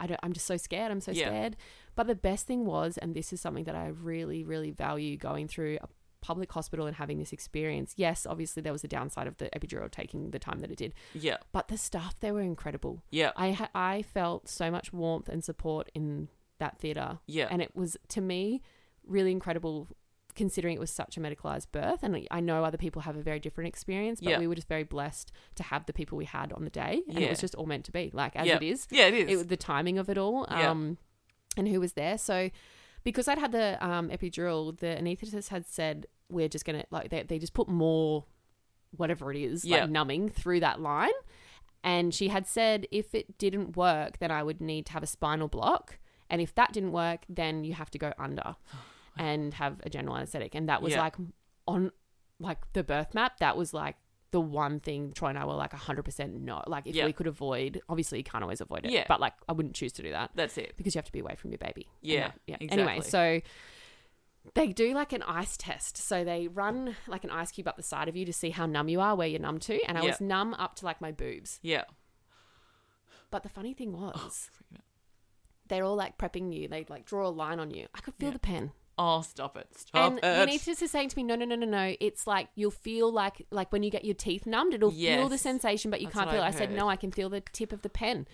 B: I don't, I'm just so scared. I'm so
A: Yeah.
B: scared. But the best thing was, and this is something that I really, really value going through a public hospital and having this experience. Yes, obviously there was a downside of the epidural taking the time that it did,
A: Yeah,
B: but the staff they were incredible.
A: yeah,
B: I ha- I felt so much warmth and support in that theater,
A: yeah,
B: and it was to me really incredible considering it was such a medicalized birth and I know other people have a very different experience but
A: Yeah.
B: we were just very blessed to have the people we had on the day and it
A: Yeah.
B: was just all meant to be like as
A: Yeah.
B: it is
A: yeah. It is.
B: it, the timing of it all
A: Yeah.
B: um, and who was there. So because I'd had the um, epidural, the anaesthetist had said, we're just going to, like, they, they just put more, whatever it is,
A: Yeah.
B: like numbing through that line. And she had said, if it didn't work, then I would need to have a spinal block. And if that didn't work, then you have to go under and have a general anesthetic. And that was
A: Oh Yeah.
B: like on like the birth map, that was like the one thing Troy and I were like 100% no. Like if
A: Yeah.
B: we could avoid, obviously you can't always avoid it,
A: Yeah.
B: but like I wouldn't choose to do that
A: That's it.
B: because you have to be away from your baby. And
A: Yeah,
B: that- yeah. Anyway, so they do like an ice test. So they run like an ice cube up the side of you to see how numb you are, where you're numb to. And I
A: Yeah.
B: was numb up to like my boobs.
A: Yeah.
B: But the funny thing was,
A: Oh, Freaking out.
B: they're all like prepping you. They like draw a line on you. I could feel
A: Yeah.
B: the pen.
A: Oh, stop it! Stop
B: and
A: it!
B: the anaesthetist is saying to me, no, no, no, no, no. It's like you'll feel like like when you get your teeth numbed, it'll feel the
A: Yes.
B: sensation, but you
A: That's
B: can't
A: what
B: feel. it. I
A: I've
B: said,
A: heard. Oh.
B: no, I can feel the tip of the pen.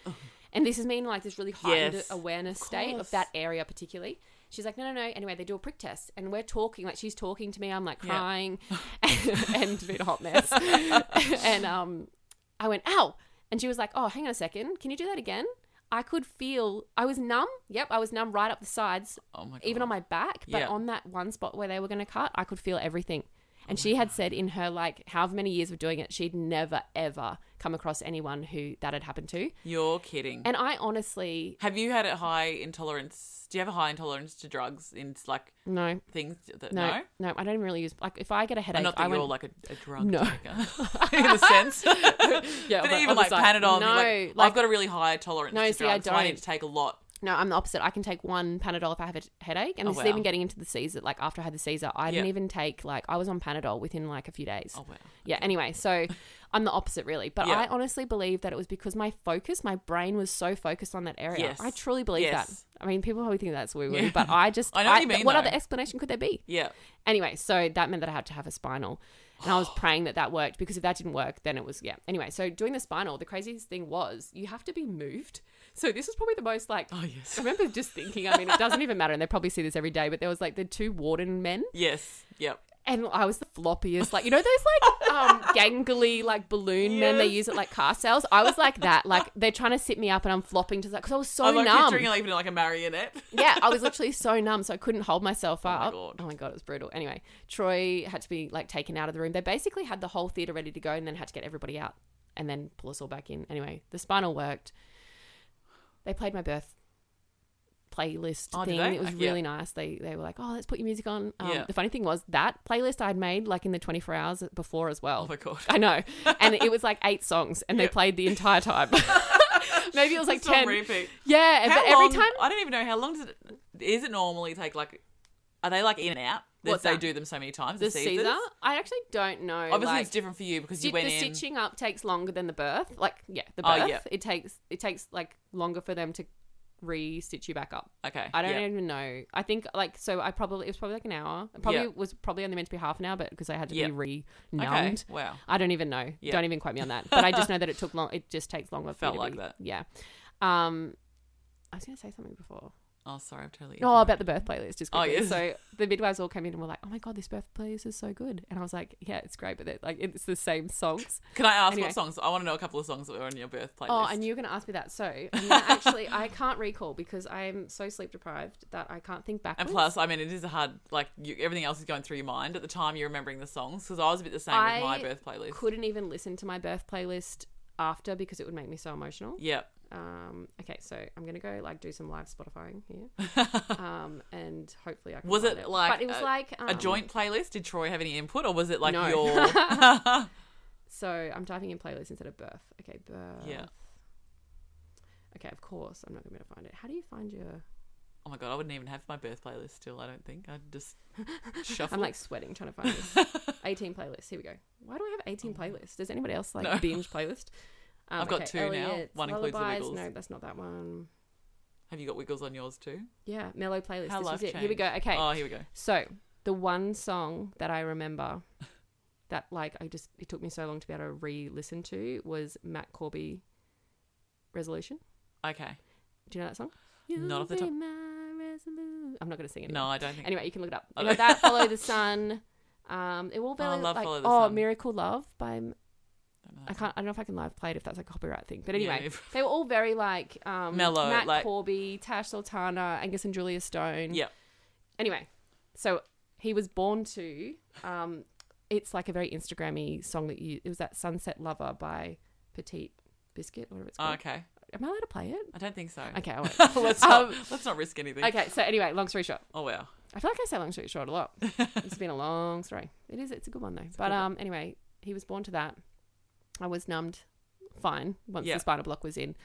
B: And this is me in like this really heightened
A: Yes.
B: awareness state of
A: course.
B: that area particularly. She's like, no, no, no. Anyway, they do a prick test, and we're talking. Like she's talking to me. I'm like
A: Yeah.
B: crying, and being a hot mess. and um, I went, ow. And she was like, oh, hang on a second. Can you do that again? I could feel, I was numb. Yep, I was numb right up the sides
A: oh my god!
B: even on my back, but
A: Yeah.
B: on that one spot where they were going to cut, I could feel everything. And she had said in her like however many years of doing it, she'd never ever come across anyone who that had happened to.
A: You're kidding.
B: And I honestly
A: Have you had a high intolerance? Do you have a high intolerance to drugs in like
B: no,
A: things that
B: no,
A: no?
B: no, I don't even really use like if I get a headache,
A: Not that
B: I
A: you're
B: went,
A: like a, a drug
B: No.
A: taker in a sense,
B: yeah,
A: but
B: on the
A: even
B: other
A: like
B: side.
A: Panadol.
B: No,
A: you're like,
B: like
A: I've got a really high tolerance.
B: No,
A: to
B: see, I
A: drugs, so I
B: don't.
A: need to take a lot.
B: No, I'm the opposite. I can take one Panadol if I have a headache, and
A: Oh,
B: this is
A: wow.
B: even getting into the Caesar. Like after I had the Caesar, I didn't
A: Yeah.
B: even take like I was on Panadol within like a few days.
A: Oh wow!
B: Yeah, anyway, so I'm the opposite really. But
A: Yeah.
B: I honestly believe that it was because my focus, my brain was so focused on that area.
A: Yes.
B: I truly believe
A: Yes.
B: that. I mean, people probably think that's woo woo,
A: Yeah.
B: but I just
A: I know what you mean,
B: what
A: though.
B: other explanation could there be?
A: Yeah,
B: Anyway, so that meant that I had to have a spinal. And I was praying that that worked because if that didn't work, then it was, yeah. Anyway, so doing the spinal, the craziest thing was you have to be moved. So this is probably the most like,
A: Oh,
B: I
A: yes.
B: remember just thinking, I mean, it doesn't even matter. And they probably see this every day, but there was like the two warden men
A: yes, yep.
B: and I was the floppiest, like you know those like um gangly like balloon men they
A: Yes.
B: use at like car sales. I was like that, like they're trying to sit me up, and I'm flopping to that because I was so
A: I'm like
B: Oh, numb.
A: picturing like even like a marionette.
B: yeah, I was literally so numb, so I couldn't hold myself
A: my
B: up.
A: God.
B: Oh my god, it was brutal. Anyway, Troy had to be like taken out of the room. They basically had the whole theater ready to go, and then had to get everybody out and then pull us all back in. Anyway, the spinal worked. They played my birth playlist
A: Oh, did
B: thing.
A: they?
B: It was
A: Yeah.
B: really nice. They they were like, oh, let's put your music on. Um,
A: Yeah.
B: The funny thing was that playlist I'd made like in the 24 hours before as well.
A: Oh my god!
B: I know. And it was like eight songs and they
A: Yeah.
B: played the entire time. Maybe it was like
A: Just on
B: 10.
A: repeat.
B: yeah,
A: How
B: but every
A: long-
B: time
A: I don't even know how long does it is it normally take like are they like in and out?
B: What's
A: That they
B: that?
A: do them so many times.
B: the
A: seasons?
B: Caesar, I actually don't know.
A: Obviously
B: like,
A: it's different for you because
B: sti-
A: you went
B: the
A: in
B: stitching up takes longer than the birth. Like, yeah, the
A: Oh,
B: birth.
A: yeah.
B: It takes it takes like longer for them to re-stitch you back up.
A: Okay.
B: I don't
A: yeah.
B: even know. I think like so. I probably it was probably like an hour. It probably
A: Yeah.
B: was probably only meant to be half an hour, but because I had to
A: Yeah.
B: be re
A: Okay.
B: numbed.
A: Wow.
B: I don't even know.
A: Yeah.
B: Don't even quote me on that. But I just know that it took long. It just takes longer. for
A: Felt
B: me to
A: like
B: be-
A: that.
B: Yeah. Um, I was gonna say something before.
A: Oh, sorry, I've totally.
B: Oh, about the birth playlist. Just
A: Oh,
B: quickly.
A: yes.
B: So the midwives all came in and were like, "Oh my god, this birth playlist is so good." And I was like, "Yeah, it's great, but they're, like it's the same songs."
A: Can I ask
B: Anyway.
A: what songs? I want to know a couple of songs that were on your birth playlist.
B: Oh, and you were going to ask me that. So I'm gonna actually, I can't recall because I'm so sleep deprived that I can't think back.
A: And plus, I mean, it is a hard like you, everything else is going through your mind at the time you're remembering the songs because I was a bit the same with
B: I
A: my birth playlist.
B: couldn't even listen to my birth playlist after because it would make me so emotional.
A: Yep.
B: Um, okay, so I'm gonna go like do some live Spotifying here, um, and hopefully I can
A: Was
B: find
A: it like
B: but it was
A: a-
B: like um,
A: a joint playlist? Did Troy have any input, or was it like
B: No.
A: your?
B: So I'm typing in playlist instead of birth. Okay, birth.
A: Yeah.
B: Okay, of course I'm not gonna be able to find it. How do you find your?
A: Oh my god, I wouldn't even have my birth playlist still. I don't think I'd just shuffle.
B: I'm like sweating trying to find this. 18 playlists. Here we go. Why do I have 18 playlists? Does anybody else like
A: Oh. No.
B: binge playlist? Um,
A: I've got two now. One includes the
B: Lullabies.
A: Wiggles.
B: No, that's not that one.
A: have you got wiggles on yours too?
B: Yeah, mellow playlist.
A: How
B: this
A: life
B: was it. Here we go. Okay.
A: Oh, here we go.
B: So the one song that I remember that like I just it took me so long to be able to re-listen to was Matt Corby Resolution.
A: Okay.
B: Do you know that song?
A: Not off the
B: You'll
A: top-
B: be my resolu- I'm not gonna sing it.
A: No, I don't think.
B: Anyway, you can look it up.
A: I
B: Anyway,
A: don't-
B: that Follow the Sun. Um, it will be
A: Oh, I love
B: like
A: Follow the
B: oh
A: Sun.
B: Miracle Love by M-
A: don't know that
B: I
A: song.
B: can't I don't know if I can live play it if that's a copyright thing. But
A: Yeah,
B: anyway,
A: if-
B: they were all very like um,
A: Mellow,
B: Matt
A: like-
B: Corby, Tash Sultana, Angus and Julia Stone.
A: Yep.
B: Anyway, so he was born to. Um, it's like a very Instagrammy song that you. It was that Sunset Lover by Petite Biscuit, whatever it's
A: Oh,
B: called.
A: okay.
B: Am I allowed to play it?
A: I don't think so.
B: Okay, I won't.
A: let's not.
B: Um,
A: let's not risk anything.
B: okay, so anyway, long story short,
A: Oh wow.
B: I feel like I say long story short a lot. it's been a long story. It is. It's a good one though. but
A: good one.
B: um, anyway, he was born to that. I was numbed, fine. Once
A: Yeah.
B: the spinal block was in,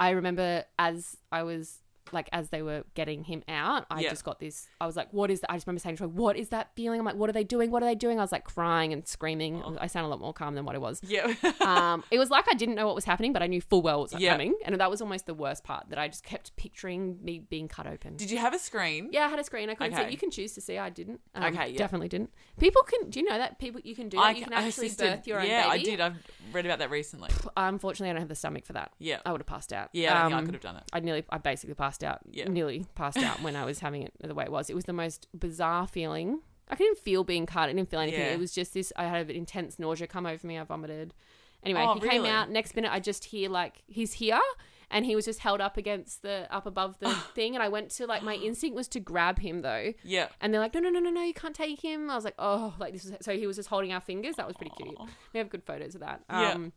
B: I remember as I was like as they were getting him out, I
A: Yeah.
B: just got this. I was like, "What is that?" I just remember saying to her, "What is that feeling?" I'm like, "What are they doing? What are they doing?" I was like crying and screaming.
A: Oh.
B: I sound a lot more calm than what I was.
A: Yeah.
B: Um, it was like I didn't know what was happening, but I knew full well what was
A: Yeah.
B: coming, and that was almost the worst part. That I just kept picturing me being cut open.
A: Did you have a screen?
B: Yeah, I had a screen. I couldn't see.
A: Okay.
B: You can choose to see. I didn't. Um,
A: Okay, yeah.
B: definitely didn't. People can. Do you know that people you can do that?
A: I,
B: you can
A: I
B: actually
A: assisted-
B: birth your own
A: yeah,
B: baby.
A: I did. I've read about that recently.
B: Unfortunately, I don't have the stomach for that.
A: Yeah.
B: I would have passed out.
A: Yeah, I think I
B: Oh, Um,
A: could have done it.
B: I nearly, I basically passed out.
A: Yeah.
B: Nearly passed out when I was having it the way it was. It was the most bizarre feeling. I couldn't feel being cut. I didn't feel anything.
A: Yeah.
B: It was just this. I had an intense nausea come over me. I vomited. Anyway,
A: Oh,
B: he came
A: really?
B: out. Next minute, I just hear like he's here, and he was just held up against the up above the thing. And I went to like my instinct was to grab him though,
A: Yeah.
B: and they're like, no, no, no, no, no, you can't take him. I was like, oh, like this is so he was just holding our fingers. That was pretty cute.
A: Aw.
B: We have good photos of that.
A: Yeah.
B: Um,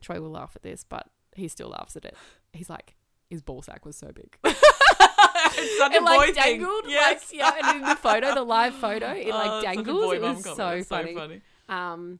B: Troy will laugh at this, but he still laughs at it. He's like, his ball sack was so big.
A: It's such
B: it
A: a
B: like
A: boy
B: dangled.
A: thing. Yes.
B: Like, yeah, and in the photo, the live photo, it like
A: Oh, it's such a
B: dangles.
A: boy
B: It
A: mum
B: was
A: comment.
B: so
A: It's
B: funny. Um,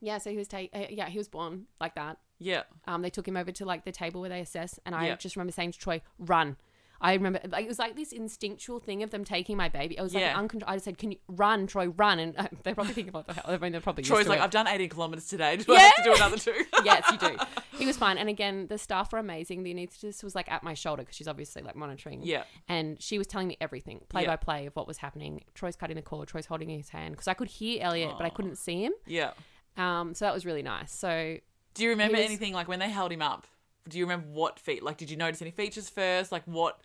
B: yeah, so he was take. Uh, yeah, he was born like that.
A: Yeah.
B: Um, they took him over to like the table where they assess, and I
A: Yeah.
B: just remember saying to Troy, "Run." I remember like it was like this instinctual thing of them taking my baby. I was like
A: Yeah.
B: uncontrolled. I just said, "Can you run, Troy? Run!" And uh, they're probably thinking, "What the hell?" I mean, they're probably used
A: Troy's
B: to
A: like,
B: it.
A: I've done 80 kilometers today. Do I have to do another two?
B: yes, you do. He was fine, and again, the staff were amazing. The anesthetist was like at my shoulder because she's obviously like monitoring.
A: yeah.
B: and she was telling me everything, play
A: Yeah.
B: by play of what was happening. Troy's cutting the cord. Troy's holding his hand because I could hear Elliot, but I couldn't see him.
A: Yeah.
B: Um, so that was really nice. So
A: Do you remember
B: was-
A: anything like when they held him up? Do you remember what feet? Like, did you notice any features first? Like, what?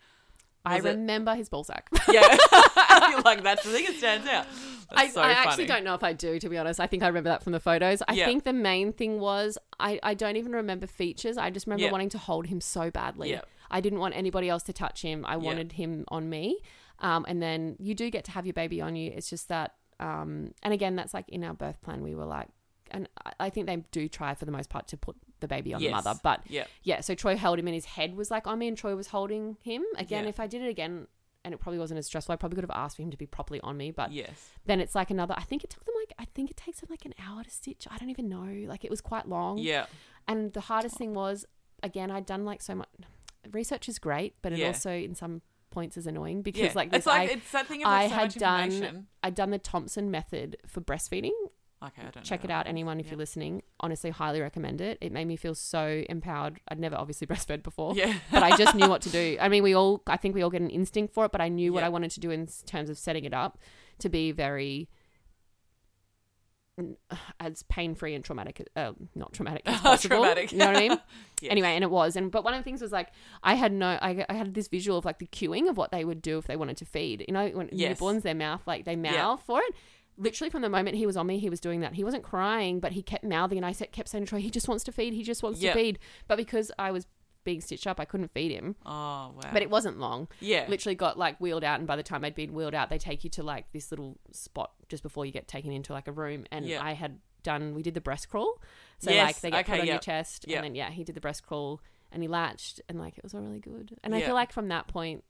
B: I
A: Was it-
B: remember his ball sack.
A: Yeah. You're like, that's the thing that stands out.
B: I,
A: That's so funny.
B: I actually don't know if I do, to be honest. I think I remember that from the photos. I
A: Yeah.
B: think the main thing was I, I don't even remember features. I just remember
A: Yeah.
B: wanting to hold him so badly.
A: Yeah.
B: I didn't want anybody else to touch him. I wanted him on me. Um, and then you do get to have your baby on you. It's just that, um, and again, that's like in our birth plan, we were like, and I- I think they do try for the most part to put the baby on
A: Yes.
B: the mother, but
A: Yeah.
B: yeah, so Troy held him and his head was like on me and Troy was holding him. Again,
A: Yeah.
B: if I did it again and it probably wasn't as stressful, I probably could have asked for him to be properly on me. But
A: Yes.
B: then it's like another I think it took them like I think it takes them like an hour to stitch. I don't even know. Like it was quite long.
A: Yeah.
B: And the hardest thing was again, I'd done like so much research is great, but it
A: Yeah.
B: also in some points is annoying because
A: Yeah.
B: like this
A: it's like,
B: I,
A: it's that thing of
B: I
A: like, so
B: had
A: much
B: done
A: information.
B: I'd done the Thompson method for breastfeeding
A: Okay, I don't know
B: Check it
A: that
B: out,
A: one.
B: anyone, if
A: Yeah.
B: you're listening. Honestly, highly recommend it. It made me feel so empowered. I'd never obviously breastfed before,
A: Yeah.
B: but I just knew what to do. I mean, we all, I think we all get an instinct for it, but I knew what
A: Yeah.
B: I wanted to do in s- terms of setting it up to be very n- uh, as pain free and traumatic, uh, not traumatic as possible.
A: Traumatic.
B: You know what I mean?
A: Yeah.
B: Anyway, and it was. And but one of the things was like I had no, I, I had this visual of like the queuing of what they would do if they wanted to feed. You know, when
A: Yes.
B: newborns, their mouth like they mouth for it. Literally from the moment he was on me, he was doing that. He wasn't crying, but he kept mouthing, and I sa- kept saying to Troy, "He just wants to feed. He just wants
A: Yeah.
B: to feed." But because I was being stitched up, I couldn't feed him.
A: Oh wow.
B: But it wasn't long.
A: yeah.
B: Literally got like wheeled out, and by the time I'd been wheeled out, they take you to like this little spot just before you get taken into like a room. And
A: Yeah.
B: I had done, we did the breast crawl. So like
A: Yes,
B: they get
A: okay,
B: put on your
A: yep,
B: chest,
A: yep.
B: and then yeah, he did the breast crawl, and he latched, and like it was all really good. And I
A: Yeah.
B: feel like from that point,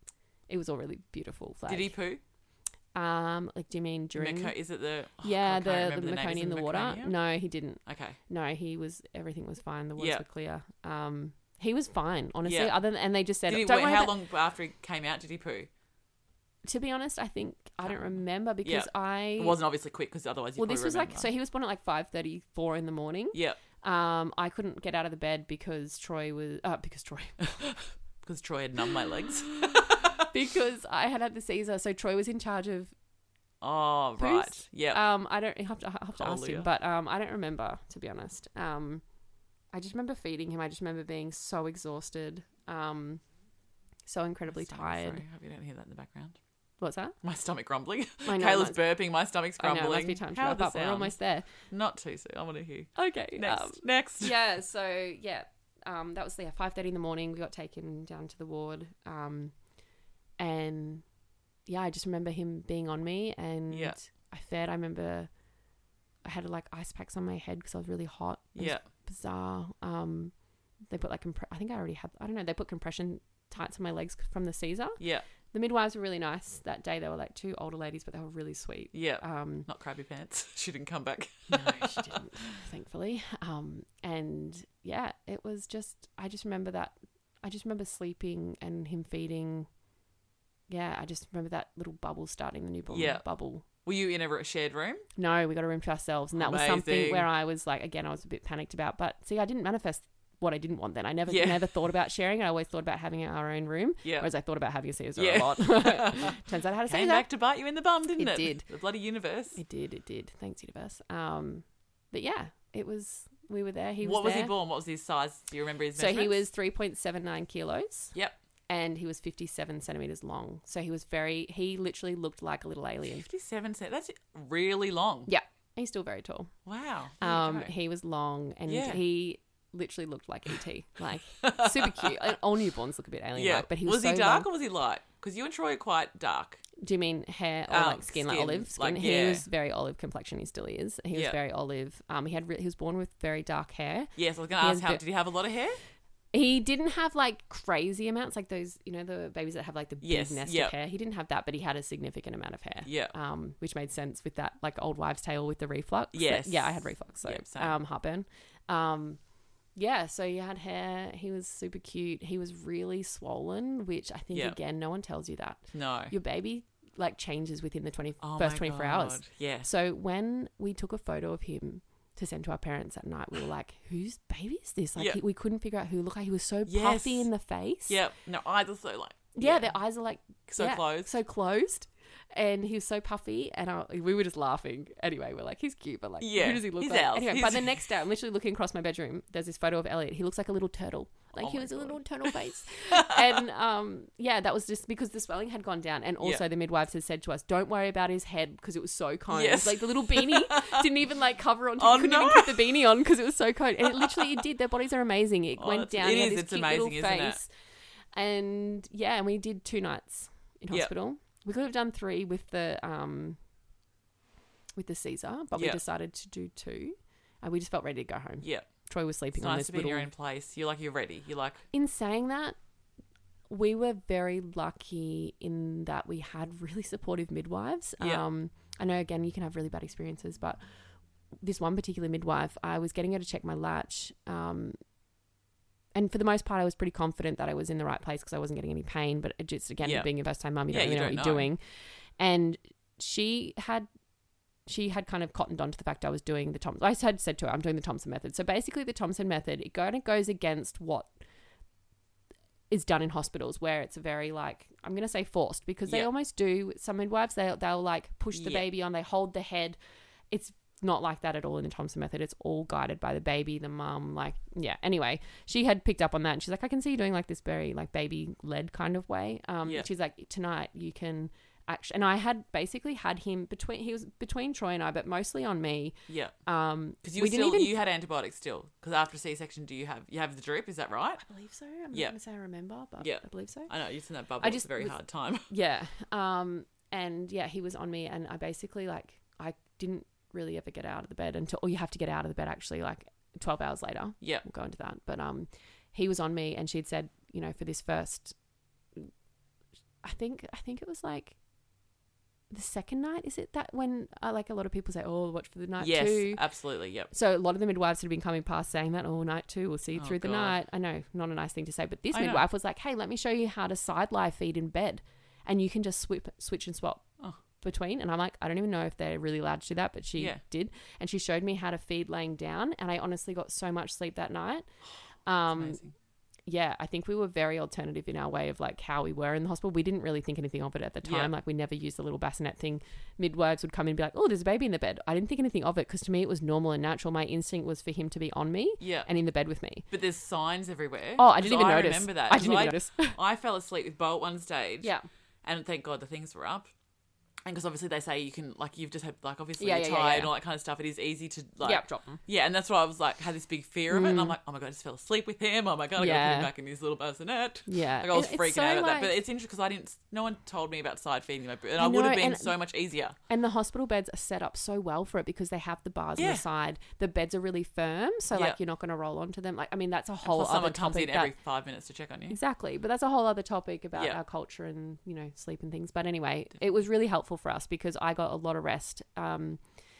B: it was all really beautiful. Like,
A: Did he poo?
B: Um, like do you mean during?
A: Maco- is it the oh, God,
B: yeah,
A: I can't
B: the the,
A: remember name. Is
B: meconium
A: it
B: in the water.
A: meconium?
B: No, he didn't.
A: Okay.
B: No, he was everything was fine. The waters
A: Yeah.
B: were clear. Um, he was fine, honestly.
A: Yeah.
B: Other than, and they just said,
A: Did he,
B: "Don't
A: wait,
B: worry
A: how
B: about-"
A: long after he came out did he poo?
B: To be honest, I think I don't remember because
A: Yeah.
B: I
A: It wasn't obviously quick because otherwise you
B: well, this was
A: remember.
B: like so he was born at like five thirty four in the morning.
A: Yeah,
B: Um, I couldn't get out of the bed because Troy was uh, because Troy
A: because Troy had numbed my legs.
B: because I had had the Caesar. So Troy was in charge of.
A: Oh,
B: Poos?
A: right. Yeah.
B: Um, I don't I have to I have to ask
A: Hallelujah.
B: him, but um, I don't remember to be honest. Um, I just remember feeding him. I just remember being so exhausted. Um, so incredibly
A: Sorry,
B: tired.
A: Sorry, hope you don't hear that in the background.
B: What's that?
A: My stomach grumbling.
B: I know.
A: Kayla's
B: it must-
A: burping. My stomach's
B: I know,
A: grumbling.
B: it must be time to
A: How are
B: wrap
A: the
B: up. We're
A: sounds?
B: almost there.
A: Not too soon. I want to hear.
B: Okay.
A: Next.
B: um,
A: next.
B: yeah. So yeah, um, that was yeah five thirty in the morning. We got taken down to the ward, um, and yeah, I just remember him being on me, and
A: Yeah.
B: I fed. I remember I had like ice packs on my head because I was really hot. It was
A: Yeah.
B: bizarre. Um, they put like compre- I think I already had. I don't know. They put compression tights on my legs from the Caesar.
A: Yeah.
B: The midwives were really nice that day. They were like two older ladies, but they were really sweet.
A: Yeah.
B: Um,
A: Not Krabby Pants. She didn't come back.
B: no, she didn't, thankfully. Um, and yeah, it was just, I just remember that. I just remember sleeping and him feeding. Yeah, I just remember that little bubble starting the newborn
A: Yeah.
B: bubble.
A: Were you in a r- shared room?
B: No, we got a room to ourselves. And that was something
A: Amazing.
B: where I was like, again, I was a bit panicked about. But see, I didn't manifest what I didn't want then. I never
A: Yeah.
B: never thought about sharing. I always thought about having our own room,
A: Yeah.
B: whereas I thought about having a Caesar
A: Yeah.
B: a lot. Turns out I had
A: Came
B: a Caesar.
A: back to bite you in the bum, didn't it?
B: It did.
A: The bloody universe.
B: It did, it did. Thanks, universe. Um, but yeah, it was, we were there. He was
A: what was
B: there.
A: he born? What was his size? Do you remember his
B: So he
A: measurements?
B: was 3.79 kilos.
A: Yep.
B: And he was 57 centimeters long. So he was very, he literally looked like a little alien.
A: 57 cent. That's really long.
B: Yeah. He's still very tall.
A: Wow. There you
B: Um,
A: go.
B: he was long and
A: Yeah.
B: he literally looked like ET. Like, super cute. And All newborns look a bit alien like, but he was,
A: he
B: so
A: dark
B: long.
A: or was he light? Because you and Troy are quite dark.
B: Do you mean hair or
A: Um,
B: like skin, like
A: skin,
B: olive skin?
A: like,
B: He
A: yeah.
B: was very olive complexion. He still is. He was
A: Yeah.
B: very olive. Um, he had re- he was born with very dark hair.
A: Yes, I was going to
B: He
A: ask
B: has
A: how
B: ve-
A: did he have a lot of hair?
B: He didn't have like crazy amounts, like those, you know, the babies that have like the big
A: Yes,
B: nest
A: yep.
B: of hair. He didn't have that, but he had a significant amount of hair.
A: Yeah.
B: Um, which made sense with that like old wives' tale with the reflux. that-
A: Yes.
B: yeah, I had reflux, so
A: Yep, same.
B: um heartburn. Um yeah, so he had hair, he was super cute, he was really swollen, which I think
A: Yep.
B: again, no one tells you that.
A: No.
B: Your baby like changes within the twenty
A: Oh
B: first
A: my
B: 24 hours.
A: God. Yes.
B: So when we took a photo of him to send to our parents at night, we were like, "Whose baby is this?" Like
A: Yeah.
B: he, we couldn't figure out who. Look, like he was so
A: Yes.
B: puffy in the face.
A: Yep. No, eyes are so like.
B: yeah, their eyes are like
A: So
B: yeah,
A: closed.
B: so closed, and he was so puffy. And I, we were just laughing. Anyway, we're like, "He's cute," but like,
A: Yeah,
B: who does he look
A: he's
B: like?
A: ours.
B: Anyway, by
A: He's-
B: the next day, I'm literally looking across my bedroom. There's this photo of Elliot. He looks like a little turtle. Like
A: Oh
B: he
A: my
B: was a
A: God.
B: little turtle face, and um, yeah, that was just because the swelling had gone down, and also the midwives had said to us, "Don't worry about his head because it was so coned.
A: Yes.
B: Like the little beanie didn't even like cover onto.
A: Oh,
B: couldn't
A: no.
B: even keep the beanie on because it was so coned. And it literally, it did. Their bodies are amazing. It
A: Oh,
B: went
A: that's-
B: down.
A: it
B: It
A: is.
B: This
A: It's
B: cute
A: amazing,
B: little
A: isn't it?
B: face. And yeah, and we did two nights in
A: Yep.
B: hospital. We could have done three with the um, with the Caesar, but we
A: Yep.
B: decided to do two. And we just felt ready to go home.
A: Yeah.
B: Troy was
A: It's
B: sleeping on
A: nice
B: this
A: to be in
B: little
A: your own place. You're like, you're ready. You're like,
B: in saying that, we were very lucky in that we had really supportive midwives.
A: Yeah.
B: Um, I know, again, you can have really bad experiences, but this one particular midwife, I was getting her to check my latch. Um, and for the most part, I was pretty confident that I was in the right place because I wasn't getting any pain. But it just, again,
A: Yeah.
B: being a first time mum, you
A: Yeah,
B: don't really
A: you
B: know
A: don't
B: what you're
A: know.
B: doing. And she had she had kind of cottoned on to the fact I was doing the Thompson. I had said to her, I'm doing the Thompson method. So basically, the Thompson method, it kind of goes against what is done in hospitals where it's very like, I'm going to say forced because they
A: Yeah.
B: almost do. Some midwives, they, they'll like push the
A: Yeah.
B: baby on, they hold the head. It's not like that at all in the Thompson method. It's all guided by the baby, the mum, like, yeah. Anyway, she had picked up on that and she's like, I can see you doing like this very like baby led kind of way. Um,
A: Yeah.
B: She's like, tonight you can action and i had basically had him between he was between troy and i but mostly on me
A: Yeah,
B: um
A: because you
B: we
A: were still
B: didn't even
A: you had antibiotics still. Because after C section, do you have you have the drip? Is that right?
B: i believe so i'm
A: Yeah.
B: not gonna say i remember but
A: Yeah.
B: i believe so
A: I know you're in that bubble.
B: I
A: it's
B: just
A: a very
B: was-
A: hard time.
B: yeah um and yeah he was on me and i basically like i didn't really ever get out of the bed until or you have to get out of the bed actually like 12 hours later
A: yeah,
B: we'll go into that. But um, he was on me, and she'd said, you know, for this first, I think I think it was like the second night. Is it that when uh, like a lot of people say, oh, watch for the night
A: yes,
B: two.
A: absolutely. Yep.
B: So a lot of the midwives had been coming past saying that, oh, night two, we'll see you
A: Oh,
B: through the
A: God.
B: night. I know, not a nice thing to say, but this
A: I know.
B: midwife was like, hey, let me show you how to side lie feed in bed, and you can just swip, switch and swap.
A: Oh.
B: Between and I'm like, I don't even know if they're really allowed to do that, but she
A: Yeah.
B: did, and she showed me how to feed laying down, and I honestly got so much sleep that night. Um,
A: Amazing.
B: yeah, I think we were very alternative in our way of like how we were in the hospital. We didn't really think anything of it at the
A: Yeah.
B: time. Like we never used the little bassinet thing. Midwives would come in and be like, "Oh, there's a baby in the bed." I didn't think anything of it because to me it was normal and natural. My instinct was for him to be on me
A: Yeah.
B: and in the bed with me.
A: But there's signs everywhere.
B: Oh, I
A: 'Cause
B: didn't even
A: I
B: notice.
A: remember that.
B: I didn't
A: 'Cause
B: even notice.
A: I fell asleep with Bo at one stage.
B: yeah,
A: And thank God the things were up. And because obviously they say you can, like, you've just had, like, obviously
B: Yeah,
A: you're
B: yeah, yeah,
A: tired
B: yeah.
A: and all that kind of stuff. It is easy to, like,
B: yeah, drop them.
A: yeah. And that's why I was like, had this big fear of it. And I'm like, oh my God, I just fell asleep with him. Oh my God, I got to put
B: Mm. Yeah.
A: him back in his little bassinet.
B: Yeah,
A: Like, I was
B: It- it's
A: freaking
B: so,
A: out at that.
B: like-
A: But it's interesting because I didn't, no one told me about side feeding my, and I,
B: I
A: would have
B: know,
A: been
B: and-
A: so much easier.
B: And the hospital beds are set up so well for it because they have the bars on
A: Yeah.
B: the side. The beds are really firm, so
A: Yeah.
B: like you're not going to roll onto them. Like I mean, that's a whole
A: Plus,
B: other
A: someone comes
B: topic
A: in
B: that-
A: every five minutes to check on you.
B: Exactly. But that's a whole other topic about
A: Yeah.
B: our culture and, you know, sleep and things. But anyway, it was really helpful for us because I got a lot of rest. Um,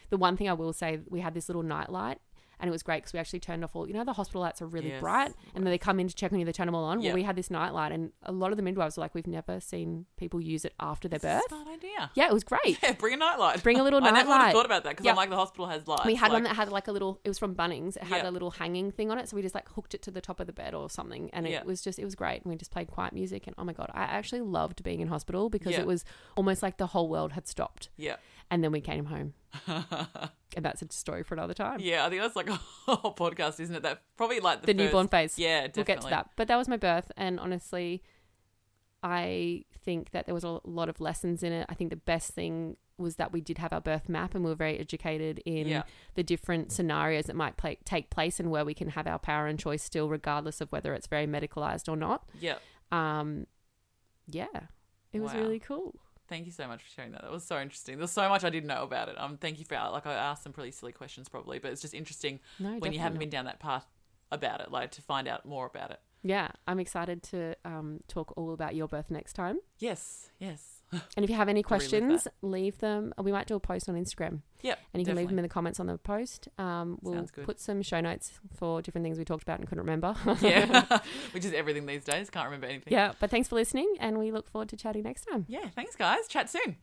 B: the one thing I will say, we had this little night light and it was great because we actually turned off all, you know, the hospital lights are really
A: Yes.
B: bright and then they come in to check on you, they turn them all on.
A: Yeah.
B: Well, we had this night light and a lot of the midwives were like, we've never seen people use it after their birth.
A: That's a smart idea.
B: Yeah, it was great.
A: Yeah, bring a nightlight.
B: Bring a little
A: I never would have
B: nightlight.
A: thought about that because
B: Yeah.
A: I'm like, the hospital has lights.
B: we had one
A: like-
B: that had like a little it was from bunnings it had
A: Yeah.
B: a little hanging thing on it so we just like hooked it to the top of the bed or something and
A: Yeah.
B: it was just it was great and we just played quiet music and oh my god i actually loved being in hospital because
A: Yeah.
B: it was almost like the whole world had stopped
A: Yeah.
B: and then we came home and that's a story for another time
A: Yeah, I think that's like a whole podcast, isn't it? That probably like the,
B: the
A: first-
B: newborn phase
A: Yeah, definitely.
B: we'll get to that but that was my birth and honestly i think that there was a lot of lessons in it i think the best thing was that we did have our birth map and we were very educated in
A: Yeah,
B: the different scenarios that might play, take place and where we can have our power and choice still, regardless of whether it's very medicalized or not.
A: yeah.
B: Um, yeah, it was
A: Wow.
B: really cool.
A: Thank you so much for sharing that. That was so interesting. There's so much I didn't know about it. Um, thank you for like I asked some pretty silly questions probably, but it's just interesting when you
B: No, Oh, definitely
A: haven't
B: not.
A: been down that path about it, like to find out more about it.
B: Yeah, I'm excited to um, talk all about your birth next time.
A: Yes, yes,
B: And if you have any
A: relive that.
B: questions, leave them. We might do a post on Instagram,
A: yep.
B: and you can
A: definitely.
B: leave them in the comments on the post. Um, we'll
A: Sounds good.
B: put some show notes for different things we talked about and couldn't remember.
A: yeah, which is everything these days. Can't remember anything.
B: yeah. But thanks for listening, and we look forward to chatting next time.
A: yeah. Thanks, guys. Chat soon.